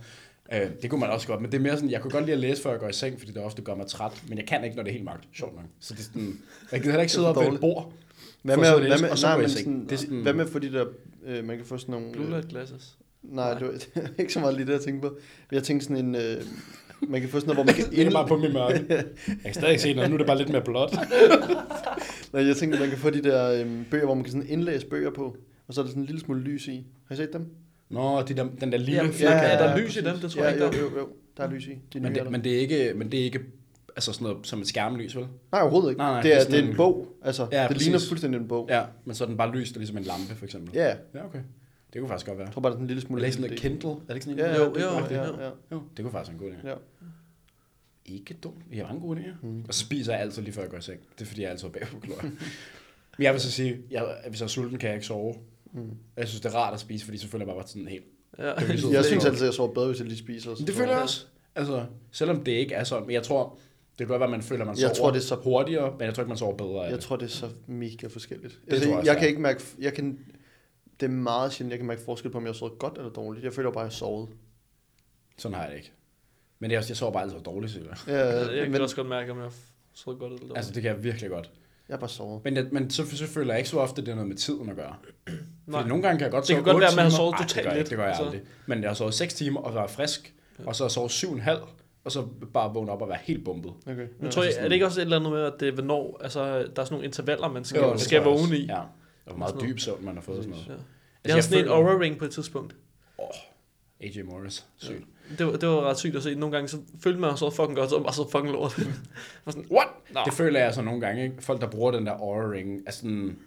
[SPEAKER 4] Øh, det kunne man også godt, men det er mere sådan, jeg kunne godt lide at læse, før jeg går i seng, fordi det ofte gør mig træt, men jeg kan ikke, når det er helt mørkt. Sjovt nok. Så det er sådan, jeg gider heller ikke sidde op ved et
[SPEAKER 2] dårligt.
[SPEAKER 4] bord.
[SPEAKER 2] Hvad
[SPEAKER 4] For at sidde og
[SPEAKER 2] med,
[SPEAKER 4] læse,
[SPEAKER 2] hvad med,
[SPEAKER 4] og så
[SPEAKER 2] nej,
[SPEAKER 4] gå i
[SPEAKER 2] men
[SPEAKER 4] seng.
[SPEAKER 2] sådan,
[SPEAKER 4] Det er sådan-
[SPEAKER 2] hvad med for de der, øh, man kan få sådan nogle...
[SPEAKER 1] Blue
[SPEAKER 2] Øh,
[SPEAKER 1] light glasses.
[SPEAKER 2] nej, det var ikke så meget lige det, jeg tænkte på. Men Jeg tænkte sådan en, øh, man kan få sådan noget, hvor man kan
[SPEAKER 4] Det er bare på min mørke. Jeg kan stadig ikke se noget, nu er det bare lidt mere blåt.
[SPEAKER 2] Nej, jeg tænkte, man kan få de der øhm, bøger, hvor man kan sådan indlæse bøger på, og så er der sådan en lille smule lys i. Har I set dem?
[SPEAKER 4] Nå, det der, den der lille
[SPEAKER 1] Jamen,
[SPEAKER 4] firkant.
[SPEAKER 1] ja, ja, der er lys i dem, det tror
[SPEAKER 2] ja,
[SPEAKER 1] jeg ikke, der
[SPEAKER 2] jo, jo, jo, der er lys i. De
[SPEAKER 4] Men,
[SPEAKER 2] nye,
[SPEAKER 4] det, men, det er ikke, men det er ikke altså sådan noget, som et skærmlys, vel?
[SPEAKER 2] Nej, overhovedet ikke.
[SPEAKER 4] Nej, nej,
[SPEAKER 2] det, er,
[SPEAKER 4] det er
[SPEAKER 2] det,
[SPEAKER 4] sådan
[SPEAKER 2] er en
[SPEAKER 4] en-
[SPEAKER 2] bog. Altså, ja,
[SPEAKER 4] Ja,
[SPEAKER 2] det
[SPEAKER 4] præcis.
[SPEAKER 2] ligner fuldstændig en bog. Ja.
[SPEAKER 4] Ja, men så er den bare lyst, ligesom en lampe, for eksempel.
[SPEAKER 2] ja.
[SPEAKER 4] ja okay. Det kunne faktisk godt være.
[SPEAKER 2] Jeg tror bare, der er sådan en lille smule...
[SPEAKER 4] Eller sådan noget Kindle, er det ikke sådan en?
[SPEAKER 2] Ja, ja,
[SPEAKER 1] Jo,
[SPEAKER 2] det er
[SPEAKER 1] jo,
[SPEAKER 2] rigtigt,
[SPEAKER 1] jo.
[SPEAKER 2] ja, ja.
[SPEAKER 4] Jo, det kunne faktisk være en god idé.
[SPEAKER 2] ja.
[SPEAKER 4] Ikke dumt. Jeg har mange gode idéer. Mm. Og så spiser jeg altid lige før jeg går i seng. Det er fordi, jeg altid er bag på kalorier. Men jeg vil så sige, jeg, hvis jeg er sulten, kan jeg ikke sove. Mm. Jeg synes, det er rart at spise, fordi selvfølgelig er jeg bare sådan helt...
[SPEAKER 1] Ja.
[SPEAKER 4] Det er lyset.
[SPEAKER 2] Jeg
[SPEAKER 4] Det er
[SPEAKER 2] synes
[SPEAKER 4] godt.
[SPEAKER 2] altid, jeg sover bedre, hvis jeg lige spiser.
[SPEAKER 4] Men det føler jeg også. Altså, selvom det ikke er sådan. Men jeg tror, det kan godt være, at man føler, at man sover
[SPEAKER 2] Jeg tror, det er så-
[SPEAKER 4] hurtigere, men jeg tror ikke, man sover bedre af
[SPEAKER 2] Jeg
[SPEAKER 4] det.
[SPEAKER 2] tror, det er så mega forskelligt. Det
[SPEAKER 4] Det
[SPEAKER 2] altså,
[SPEAKER 4] tror jeg
[SPEAKER 2] jeg, jeg
[SPEAKER 4] også, det
[SPEAKER 2] kan
[SPEAKER 4] er.
[SPEAKER 2] ikke mærke... Jeg kan, det er meget sjældent, jeg kan mærke forskel på, om jeg har sovet godt eller dårligt. Jeg føler bare, at jeg har sovet.
[SPEAKER 4] Sådan har jeg det ikke. Men det er også, jeg sover bare altid dårligt, siger jeg.
[SPEAKER 1] Jeg, jeg
[SPEAKER 2] Ja, Øh, men
[SPEAKER 1] kan også godt mærke, om jeg så godt eller
[SPEAKER 4] Altså, det kan jeg virkelig godt.
[SPEAKER 2] jeg har bare sovet.
[SPEAKER 4] Men, jeg, men så, så føler jeg ikke så ofte, at det har noget med tiden at gøre.
[SPEAKER 1] Nej.
[SPEAKER 4] Fordi nogle gange kan jeg godt
[SPEAKER 1] Det
[SPEAKER 4] sove
[SPEAKER 1] kan godt
[SPEAKER 4] otte
[SPEAKER 1] være, at man har
[SPEAKER 4] timer.
[SPEAKER 1] sovet
[SPEAKER 4] Ej, det
[SPEAKER 1] totalt
[SPEAKER 4] gør jeg
[SPEAKER 1] lidt,
[SPEAKER 4] ikke, Det gør jeg
[SPEAKER 1] altså.
[SPEAKER 4] aldrig. Men jeg har sovet 6 timer og været frisk, og så har jeg sovet syv og en halv, og så bare vågnet op og være helt bumpet.
[SPEAKER 2] Okay.
[SPEAKER 1] Men tror jeg, er det ikke også et eller andet med, at det er, hvornår, altså, der er sådan nogle intervaller, man skal,
[SPEAKER 4] Jo, det
[SPEAKER 1] skal
[SPEAKER 4] tror jeg også.
[SPEAKER 1] vågne i?
[SPEAKER 4] Ja. Og hvor meget
[SPEAKER 1] Sådan noget.
[SPEAKER 4] dyb søvn man har fået og sådan
[SPEAKER 1] Ja.
[SPEAKER 4] noget.
[SPEAKER 1] Jeg havde
[SPEAKER 4] jeg
[SPEAKER 1] sådan en
[SPEAKER 4] føler-
[SPEAKER 1] aura ring på et tidspunkt.
[SPEAKER 4] Åh, AJ Morris. Sygt.
[SPEAKER 1] Det var, det var ret sygt at se. Nogle gange så følte man så fucking godt, så var man bare så fucking lort. Jeg var sådan, what? Nå.
[SPEAKER 4] Det føler jeg så nogle gange, ikke? Folk, der bruger den der Aura Ring, er sådan...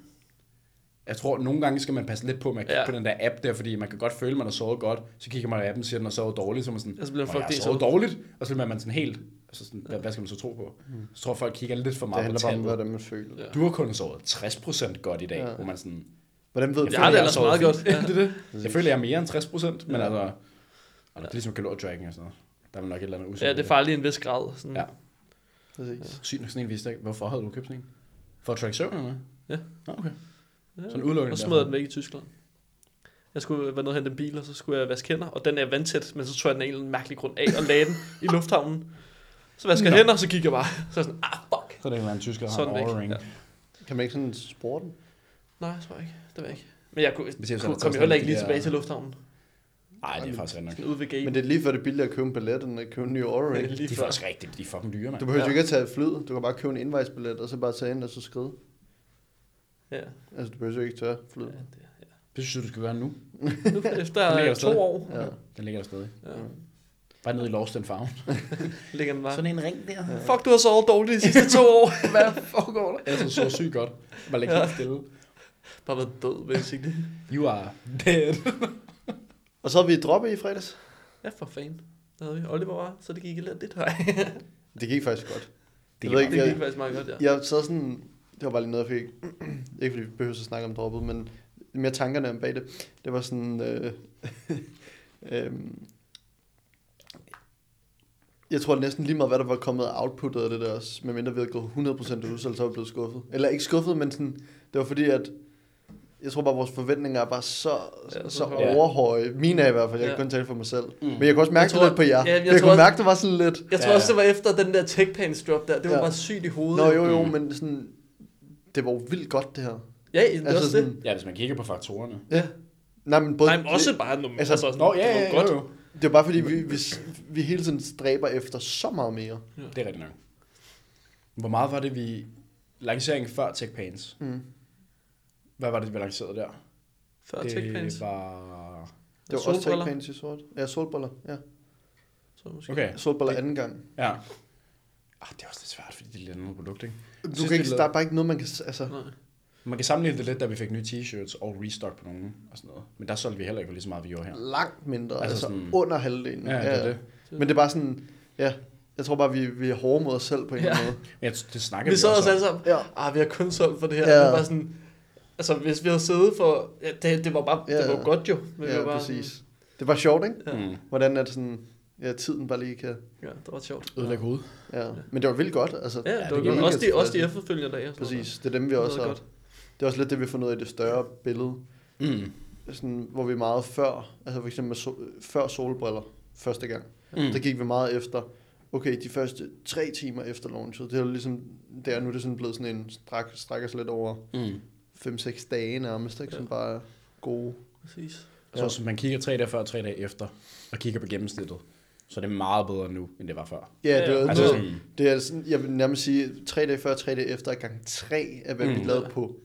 [SPEAKER 4] Jeg tror, nogle gange skal man passe lidt på med at kigge
[SPEAKER 1] Ja.
[SPEAKER 4] ja. på den der app der, fordi man kan godt føle, man har sovet godt, så kigger man i appen og siger, at den har sovet dåligt, så er man sådan,
[SPEAKER 1] Og så bliver
[SPEAKER 4] "Nå,
[SPEAKER 1] folk
[SPEAKER 4] jeg
[SPEAKER 1] det,
[SPEAKER 4] har sovet
[SPEAKER 1] så-
[SPEAKER 4] dårligt, og så bliver man sådan helt, altså sådan, hvad, hvad skal man så tro på? Så tror jeg, folk kigger lidt for
[SPEAKER 2] Det
[SPEAKER 4] meget på
[SPEAKER 2] handler bare om,
[SPEAKER 4] tallet.
[SPEAKER 2] hvordan man føler.
[SPEAKER 1] Ja.
[SPEAKER 4] Du har kun sovet 60% godt i dag,
[SPEAKER 2] Ja.
[SPEAKER 4] ja. hvor man sådan...
[SPEAKER 2] Hvordan ved du?
[SPEAKER 1] Jeg har det
[SPEAKER 4] jeg
[SPEAKER 1] ellers
[SPEAKER 4] sover
[SPEAKER 1] meget
[SPEAKER 4] fint.
[SPEAKER 1] godt. Ja.
[SPEAKER 4] det er det. Jeg føler, jeg er mere end 60%, men altså... Og det er ligesom kalorietracking og sådan noget. Der er vel nok et eller andet
[SPEAKER 1] Ja,
[SPEAKER 4] usikker.
[SPEAKER 1] det er farligt i en vis grad. Sådan.
[SPEAKER 4] Ja.
[SPEAKER 2] Præcis.
[SPEAKER 4] Sygt nok sådan en vidste jeg ikke. Hvorfor havde du købt sådan en? For at tracke søvn eller hvad?
[SPEAKER 1] Ja.
[SPEAKER 4] Nå, okay.
[SPEAKER 1] Ja.
[SPEAKER 4] Sådan udelukkende
[SPEAKER 1] Og så smed jeg
[SPEAKER 4] derfor.
[SPEAKER 1] den væk i Tyskland. Jeg skulle være nede og hente en bil, og så skulle jeg vaske hænder, og den er vandtæt, men så tog jeg den af en eller anden mærkelig grund af og lagde den i lufthavnen. Så vasker jeg hænder, og så gik jeg bare. Så er jeg sådan, ah, fuck.
[SPEAKER 4] Så er det en eller anden tysker, der har
[SPEAKER 1] Sådan
[SPEAKER 4] en
[SPEAKER 1] væk.
[SPEAKER 4] overring.
[SPEAKER 1] Ja.
[SPEAKER 4] Ja.
[SPEAKER 2] Kan man ikke sådan spore den?
[SPEAKER 1] Nej, jeg tror jeg ikke. Det var jeg ikke. Men jeg kunne,
[SPEAKER 4] Hvis jeg så
[SPEAKER 1] kunne
[SPEAKER 4] havde
[SPEAKER 1] kom
[SPEAKER 4] taget
[SPEAKER 1] jo heller
[SPEAKER 4] sådan
[SPEAKER 1] ikke lige
[SPEAKER 4] de der-
[SPEAKER 1] tilbage til lufthavnen.
[SPEAKER 4] Ej, det er faktisk rigtig nok.
[SPEAKER 1] Sådan ude ved gate.
[SPEAKER 2] Men det er lige før det er billigere at købe en billet, end at købe en ny Aura-ring.
[SPEAKER 1] lige
[SPEAKER 4] De er
[SPEAKER 1] før.
[SPEAKER 4] faktisk rigtig, de er fucking dyre, mand.
[SPEAKER 2] Du behøver
[SPEAKER 1] Ja.
[SPEAKER 2] jo ikke at tage flyet. Du kan bare købe en indvejsbillet, og så bare tage ind og så skride.
[SPEAKER 1] Ja.
[SPEAKER 2] Altså, du behøver jo ikke tage
[SPEAKER 1] Ja,
[SPEAKER 2] flyet.
[SPEAKER 1] det- ja.
[SPEAKER 4] Det synes du, du skal gøre nu.
[SPEAKER 1] Nu
[SPEAKER 4] Den ligger
[SPEAKER 1] efter
[SPEAKER 4] der
[SPEAKER 1] to
[SPEAKER 4] stadig.
[SPEAKER 1] år
[SPEAKER 2] Ja.
[SPEAKER 4] Den ligger der stadig.
[SPEAKER 1] ja.
[SPEAKER 4] Bare nede i Lost and Found.
[SPEAKER 1] ligger den bare.
[SPEAKER 4] en ring der.
[SPEAKER 1] Fuck, du har sovet dårligt de sidste to år.
[SPEAKER 4] Hvad foregår der? Jeg synes, altså så sygt godt. Bare lægge helt stille.
[SPEAKER 1] bare været død, basically.
[SPEAKER 4] You are dead.
[SPEAKER 2] Og så har vi droppet i fredags.
[SPEAKER 1] Ja, for fanden. Der havde vi Oliver var, så det gik lidt lidt høj.
[SPEAKER 2] Det gik faktisk godt. Det,
[SPEAKER 4] Det gik
[SPEAKER 2] ved
[SPEAKER 1] det
[SPEAKER 2] ikke,
[SPEAKER 1] gik
[SPEAKER 2] jeg,
[SPEAKER 1] faktisk meget godt, ja.
[SPEAKER 2] jeg sad sådan... Det var bare lige noget, jeg fik... ikke fordi vi behøver at snakke om droppet, men mere tankerne om bag det. Det var sådan... Øh, øhm, jeg tror næsten lige meget, hvad der var kommet af outputtet af det der, også, medmindre vi havde gået 100% ud, så var jeg blevet skuffet. Eller ikke skuffet, men sådan, det var fordi, at jeg tror bare, at vores forventninger er bare så,
[SPEAKER 1] Ja,
[SPEAKER 2] ja,
[SPEAKER 1] så
[SPEAKER 2] så
[SPEAKER 1] høje.
[SPEAKER 2] overhøje. Mine er i hvert fald, jeg
[SPEAKER 1] Ja.
[SPEAKER 2] kan kun tale for mig selv. Mm. Men jeg kunne også mærke
[SPEAKER 1] Jeg tror-
[SPEAKER 2] det lidt på jer.
[SPEAKER 1] Ja, jeg
[SPEAKER 2] jeg,
[SPEAKER 1] tror
[SPEAKER 2] kunne
[SPEAKER 1] også-
[SPEAKER 2] mærke, det var sådan lidt...
[SPEAKER 1] Jeg tror
[SPEAKER 4] Ja.
[SPEAKER 1] også, det var efter den der tech pants drop der. Det var
[SPEAKER 2] Ja.
[SPEAKER 1] bare sygt i hovedet.
[SPEAKER 2] Nå jo jo, men sådan, det var jo vildt godt det her.
[SPEAKER 1] Ja, det er
[SPEAKER 2] Altså
[SPEAKER 1] også det.
[SPEAKER 2] sådan,
[SPEAKER 4] Ja, hvis man kigger på faktorerne.
[SPEAKER 2] ja, Nej, men både...
[SPEAKER 1] Nej, men også bare nogle
[SPEAKER 2] altså,
[SPEAKER 1] altså, altså sådan,
[SPEAKER 4] Nå, ja,
[SPEAKER 1] det
[SPEAKER 4] ja,
[SPEAKER 1] var
[SPEAKER 4] ja,
[SPEAKER 1] godt.
[SPEAKER 4] jo, jo.
[SPEAKER 2] Det er jo bare fordi, vi, vi, vi hele tiden stræber efter så meget mere.
[SPEAKER 4] Det er rigtigt nok. Hvor meget var det, vi... Lanceringen før TechPants. Mm. Hvad var det, vi lancerede der?
[SPEAKER 1] Før
[SPEAKER 4] det
[SPEAKER 1] TechPants.
[SPEAKER 4] var...
[SPEAKER 2] Det var også
[SPEAKER 1] Solbriller.
[SPEAKER 2] tagpans i sort. Ja, solbriller. Ja.
[SPEAKER 1] Så måske.
[SPEAKER 4] Okay,
[SPEAKER 2] Solbriller anden gang.
[SPEAKER 4] ja. Ah, det er også lidt svært, fordi det er lidt andet produkt, ikke?
[SPEAKER 2] Du
[SPEAKER 4] Sidst,
[SPEAKER 2] kan
[SPEAKER 4] vi
[SPEAKER 2] ikke, der er bare ikke noget, man kan... s- Altså,
[SPEAKER 1] Nej.
[SPEAKER 4] Man kan sammenligne det lidt, da vi fik nye t-shirts og restock på nogen og sådan noget. Men der solgte vi heller ikke for lige så meget, vi gjorde
[SPEAKER 2] Mm.
[SPEAKER 4] her.
[SPEAKER 2] langt mindre.
[SPEAKER 4] Altså
[SPEAKER 2] Altså, altså
[SPEAKER 4] sådan-
[SPEAKER 2] under halvdelen.
[SPEAKER 4] Ja, det er det.
[SPEAKER 2] Men det er bare sådan... Ja, jeg tror bare, vi, vi er hårde mod os selv på en eller anden måde.
[SPEAKER 4] Men jeg, det snakker
[SPEAKER 1] Vi sad
[SPEAKER 4] også
[SPEAKER 1] også
[SPEAKER 4] om.
[SPEAKER 1] alle sammen,
[SPEAKER 2] Ja.
[SPEAKER 1] ja. ah, vi har kun solgt for det her.
[SPEAKER 2] Ja.
[SPEAKER 1] Ja. Det var sådan, altså hvis vi havde siddet for, ja, det, det var bare, ja.
[SPEAKER 2] Ja.
[SPEAKER 1] det var jo godt jo. Men det
[SPEAKER 2] Ja,
[SPEAKER 1] var bare,
[SPEAKER 2] præcis. Det var sjovt, ikke?
[SPEAKER 4] Mm.
[SPEAKER 2] Hvordan at sådan... Ja, tiden bare lige kan...
[SPEAKER 1] Ja, det var sjovt.
[SPEAKER 4] Ødelægge hovedet.
[SPEAKER 2] Ja. Men det var vildt godt, altså.
[SPEAKER 1] Ja, det,
[SPEAKER 4] det
[SPEAKER 1] var
[SPEAKER 4] gik
[SPEAKER 1] godt.
[SPEAKER 2] mega
[SPEAKER 1] Også de, også de
[SPEAKER 2] tilfredsstillende.
[SPEAKER 1] efterfølgende dage. og sådan noget.
[SPEAKER 2] Præcis, det er dem, vi
[SPEAKER 1] Det var
[SPEAKER 2] også har.
[SPEAKER 1] godt.
[SPEAKER 2] Det er også lidt det, vi har fundet ud af i det større billede,
[SPEAKER 4] Mm.
[SPEAKER 2] sådan, hvor vi er meget før, altså for eksempel med sol, før solbriller første gang. Mm.
[SPEAKER 4] Mm.
[SPEAKER 2] Der gik vi meget efter, okay, de første tre timer efter launchet, det er jo ligesom, det er nu er det sådan blevet sådan en, stræk, strækker sig lidt over
[SPEAKER 4] Mm.
[SPEAKER 2] 5-6 dage nærmest, ikke? Som
[SPEAKER 1] Ja.
[SPEAKER 2] bare er gode.
[SPEAKER 1] Præcis.
[SPEAKER 4] Jeg tror, også, man kigger tre dage før og tre dage efter, og kigger på gennemsnittet, så er det meget bedre nu, end det var før.
[SPEAKER 2] Ja, det,
[SPEAKER 1] Ja,
[SPEAKER 2] er,
[SPEAKER 1] ja.
[SPEAKER 2] altså,
[SPEAKER 4] Altså
[SPEAKER 2] det,
[SPEAKER 4] sådan-
[SPEAKER 2] det er sådan, jeg vil nærmest sige, tre dage før, tre dage efter, er gang tre af, hvad mm. vi
[SPEAKER 4] Mm.
[SPEAKER 2] lavede på,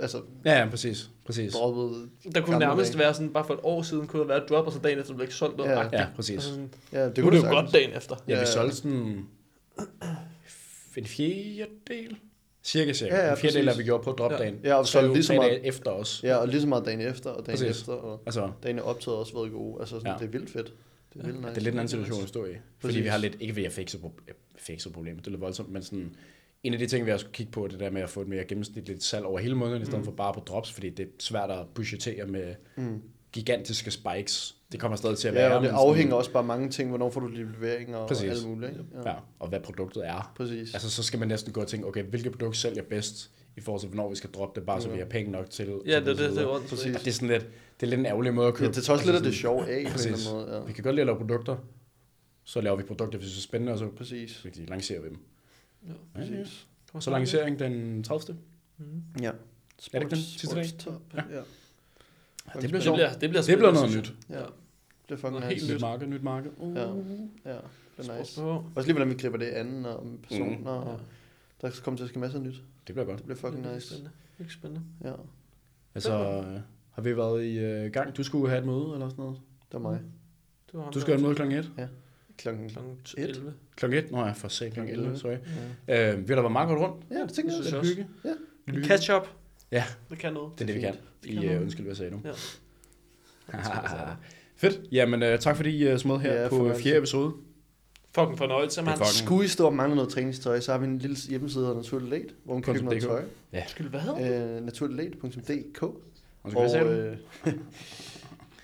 [SPEAKER 2] altså
[SPEAKER 4] Ja, ja præcis. præcis.
[SPEAKER 2] droppet.
[SPEAKER 1] Der kunne
[SPEAKER 2] gamle
[SPEAKER 1] nærmest
[SPEAKER 2] dage.
[SPEAKER 1] være sådan, bare for et år siden, kunne der være et drop, og så dagen efter blev ikke solgt noget.
[SPEAKER 2] Ja.
[SPEAKER 1] agtigt.
[SPEAKER 4] Ja, præcis.
[SPEAKER 1] Altså sådan,
[SPEAKER 2] Ja, det
[SPEAKER 1] nu er
[SPEAKER 2] kunne
[SPEAKER 1] det
[SPEAKER 2] det
[SPEAKER 1] jo godt
[SPEAKER 2] sagtens.
[SPEAKER 1] dagen efter.
[SPEAKER 4] Ja,
[SPEAKER 2] Ja.
[SPEAKER 4] vi solgte sådan en fjerdedel, cirka cirka.
[SPEAKER 2] Ja,
[SPEAKER 4] Ja,
[SPEAKER 2] ja,
[SPEAKER 4] ja, en fjerdedel,
[SPEAKER 2] præcis.
[SPEAKER 4] af vi gjorde på dropdagen.
[SPEAKER 2] Ja, og vi
[SPEAKER 4] Så
[SPEAKER 2] solgte
[SPEAKER 4] jo
[SPEAKER 2] lige så
[SPEAKER 4] tre
[SPEAKER 2] meget.
[SPEAKER 4] dage efter os.
[SPEAKER 2] Ja, og lige så meget dagen efter, og dagen
[SPEAKER 4] Præcis.
[SPEAKER 2] efter, og
[SPEAKER 4] Altså,
[SPEAKER 2] dagen er optaget også været gode. Altså sådan, ja.
[SPEAKER 4] Ja.
[SPEAKER 2] det er vildt fedt. Det er, vildt nice.
[SPEAKER 4] det er lidt en anden situation at stå i. Fordi
[SPEAKER 2] Præcis.
[SPEAKER 4] vi har lidt, ikke ved at fikse, pro- fikse problemet, det er lidt voldsomt, men sådan, en af de ting, vi også kigge på, er det der med at få et mere gennemsnitligt salg over hele måneden,
[SPEAKER 2] Mm.
[SPEAKER 4] i stedet for bare på drops, fordi det er svært at budgetere med gigantiske spikes. Det kommer stadig til at være.
[SPEAKER 2] Ja, og det
[SPEAKER 4] men sådan-
[SPEAKER 2] afhænger også bare af mange ting, hvornår får du leveringer og
[SPEAKER 4] Præcis.
[SPEAKER 2] alt muligt. Ikke?
[SPEAKER 4] Ja, og hvad produktet er.
[SPEAKER 2] Præcis.
[SPEAKER 4] Altså, så skal man næsten gå og tænke, okay, hvilket produkt sælger bedst, i forhold til, hvornår vi skal droppe det, bare så vi har penge nok til. og
[SPEAKER 1] Ja,
[SPEAKER 4] så
[SPEAKER 1] det, det,
[SPEAKER 4] videre.
[SPEAKER 1] det, det var
[SPEAKER 2] Præcis.
[SPEAKER 4] Og det er sådan lidt, det er lidt en ærgerlig måde at købe. Altså,
[SPEAKER 2] Ja, det tager også lidt af
[SPEAKER 4] sådan-
[SPEAKER 2] det sjove af, på en eller anden
[SPEAKER 4] Præcis.
[SPEAKER 2] måde, ja.
[SPEAKER 4] Vi kan godt lide at lave produkter, så laver vi produkter, hvis det er spændende, og så
[SPEAKER 2] Præcis.
[SPEAKER 4] rigtig lancerer vi dem.
[SPEAKER 1] Ja,
[SPEAKER 4] præcis.
[SPEAKER 1] var
[SPEAKER 4] Så lancering den 30.
[SPEAKER 2] Ja.
[SPEAKER 4] Er det ikke den sidste dag?
[SPEAKER 2] Sportstop,
[SPEAKER 4] Ja.
[SPEAKER 2] Ja.
[SPEAKER 4] Ja, det bliver
[SPEAKER 1] Det
[SPEAKER 4] sjovt.
[SPEAKER 1] bliver, det bliver,
[SPEAKER 4] Det bliver
[SPEAKER 1] spændende,
[SPEAKER 4] noget
[SPEAKER 1] synes
[SPEAKER 4] nyt.
[SPEAKER 1] jeg. Ja.
[SPEAKER 2] Det er fucking
[SPEAKER 1] Noget
[SPEAKER 2] nice.
[SPEAKER 1] helt
[SPEAKER 4] Nyt marked, nyt marked. Uh.
[SPEAKER 2] Ja. Ja, det er nice.
[SPEAKER 1] Sport på.
[SPEAKER 2] Også lige, hvordan vi griber det an, og personer,
[SPEAKER 1] Ja.
[SPEAKER 2] og der skal komme til at ske masser af nyt.
[SPEAKER 4] Mm. Det bliver godt.
[SPEAKER 2] Det bliver fucking
[SPEAKER 1] det er
[SPEAKER 2] nice.
[SPEAKER 1] Spændende. Det er spændende.
[SPEAKER 2] Ja,
[SPEAKER 4] Altså, øh, har vi været i øh, gang? Du skulle have et møde eller sådan noget.
[SPEAKER 2] det var
[SPEAKER 4] Mm.
[SPEAKER 2] mig.
[SPEAKER 1] Det var ham
[SPEAKER 4] Du
[SPEAKER 1] der.
[SPEAKER 4] skal have et møde kl. 1.
[SPEAKER 2] Klokken.
[SPEAKER 1] Klokken t-
[SPEAKER 2] Et.
[SPEAKER 1] 11.
[SPEAKER 4] Kl. 1? Nå ja, for sat kl.
[SPEAKER 2] Klokken
[SPEAKER 4] 11,
[SPEAKER 2] elleve.
[SPEAKER 4] sorry.
[SPEAKER 2] Ja.
[SPEAKER 4] Øh, vi har da været meget godt rundt.
[SPEAKER 2] Ja, det tænker
[SPEAKER 1] Det synes
[SPEAKER 2] jeg.
[SPEAKER 4] Lidt
[SPEAKER 1] jeg også.
[SPEAKER 4] hygge.
[SPEAKER 2] Ja.
[SPEAKER 1] En
[SPEAKER 4] Lykke.
[SPEAKER 1] catch-up.
[SPEAKER 4] Ja.
[SPEAKER 1] Det kan noget.
[SPEAKER 4] Det er det, vi kan.
[SPEAKER 1] Det kan
[SPEAKER 4] I, øh,
[SPEAKER 1] noget.
[SPEAKER 4] undskyld, hvad jeg sagde nu.
[SPEAKER 1] Ja.
[SPEAKER 4] Fedt. Jamen, øh, tak fordi I øh, smed her
[SPEAKER 2] Ja,
[SPEAKER 4] på
[SPEAKER 2] fornøjelse.
[SPEAKER 4] fjerde episode.
[SPEAKER 1] Fucking fornøjelse, mand.
[SPEAKER 4] fucking-
[SPEAKER 2] Skulle I stå og mangle noget træningstøj, så har vi en lille hjemmeside, der hedder Naturligt Late, hvor man kan købe noget
[SPEAKER 4] Punktum
[SPEAKER 2] tøj.
[SPEAKER 1] Undskyld, hvad?
[SPEAKER 2] Øh, naturligtlet.dk
[SPEAKER 4] Undskyld, hvad
[SPEAKER 2] Og
[SPEAKER 4] sagde du?
[SPEAKER 2] øh,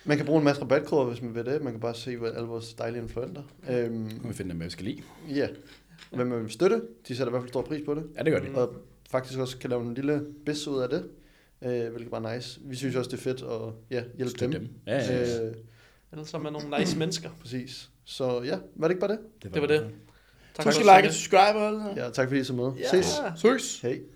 [SPEAKER 2] man kan bruge en masse rabatkoder, hvis man vil det. Man kan bare se hvad alle vores dejlige influenter. Øhm,
[SPEAKER 4] Nu må vi finde dem, vi skal lide.
[SPEAKER 2] ja, hvem man vil støtte. De sætter i hvert fald stor pris på det.
[SPEAKER 4] Ja, det gør det.
[SPEAKER 1] Mm.
[SPEAKER 2] Og faktisk også kan lave en lille bedst ud af det, øh, hvilket var nice. Vi synes også, det er fedt at ja, hjælpe
[SPEAKER 4] Støt
[SPEAKER 2] dem.
[SPEAKER 4] Ja, ja, ja.
[SPEAKER 2] Øh,
[SPEAKER 1] Ellers så er man nogle nice mennesker.
[SPEAKER 2] præcis. Så ja, var det ikke bare det?
[SPEAKER 1] det var det.
[SPEAKER 4] Så
[SPEAKER 1] for
[SPEAKER 4] skal
[SPEAKER 1] at
[SPEAKER 4] like og
[SPEAKER 1] se
[SPEAKER 4] subscribe og alt det der.
[SPEAKER 2] Ja, tak fordi I så med.
[SPEAKER 1] Ja.
[SPEAKER 2] Ses.
[SPEAKER 4] Ses.
[SPEAKER 2] Hej.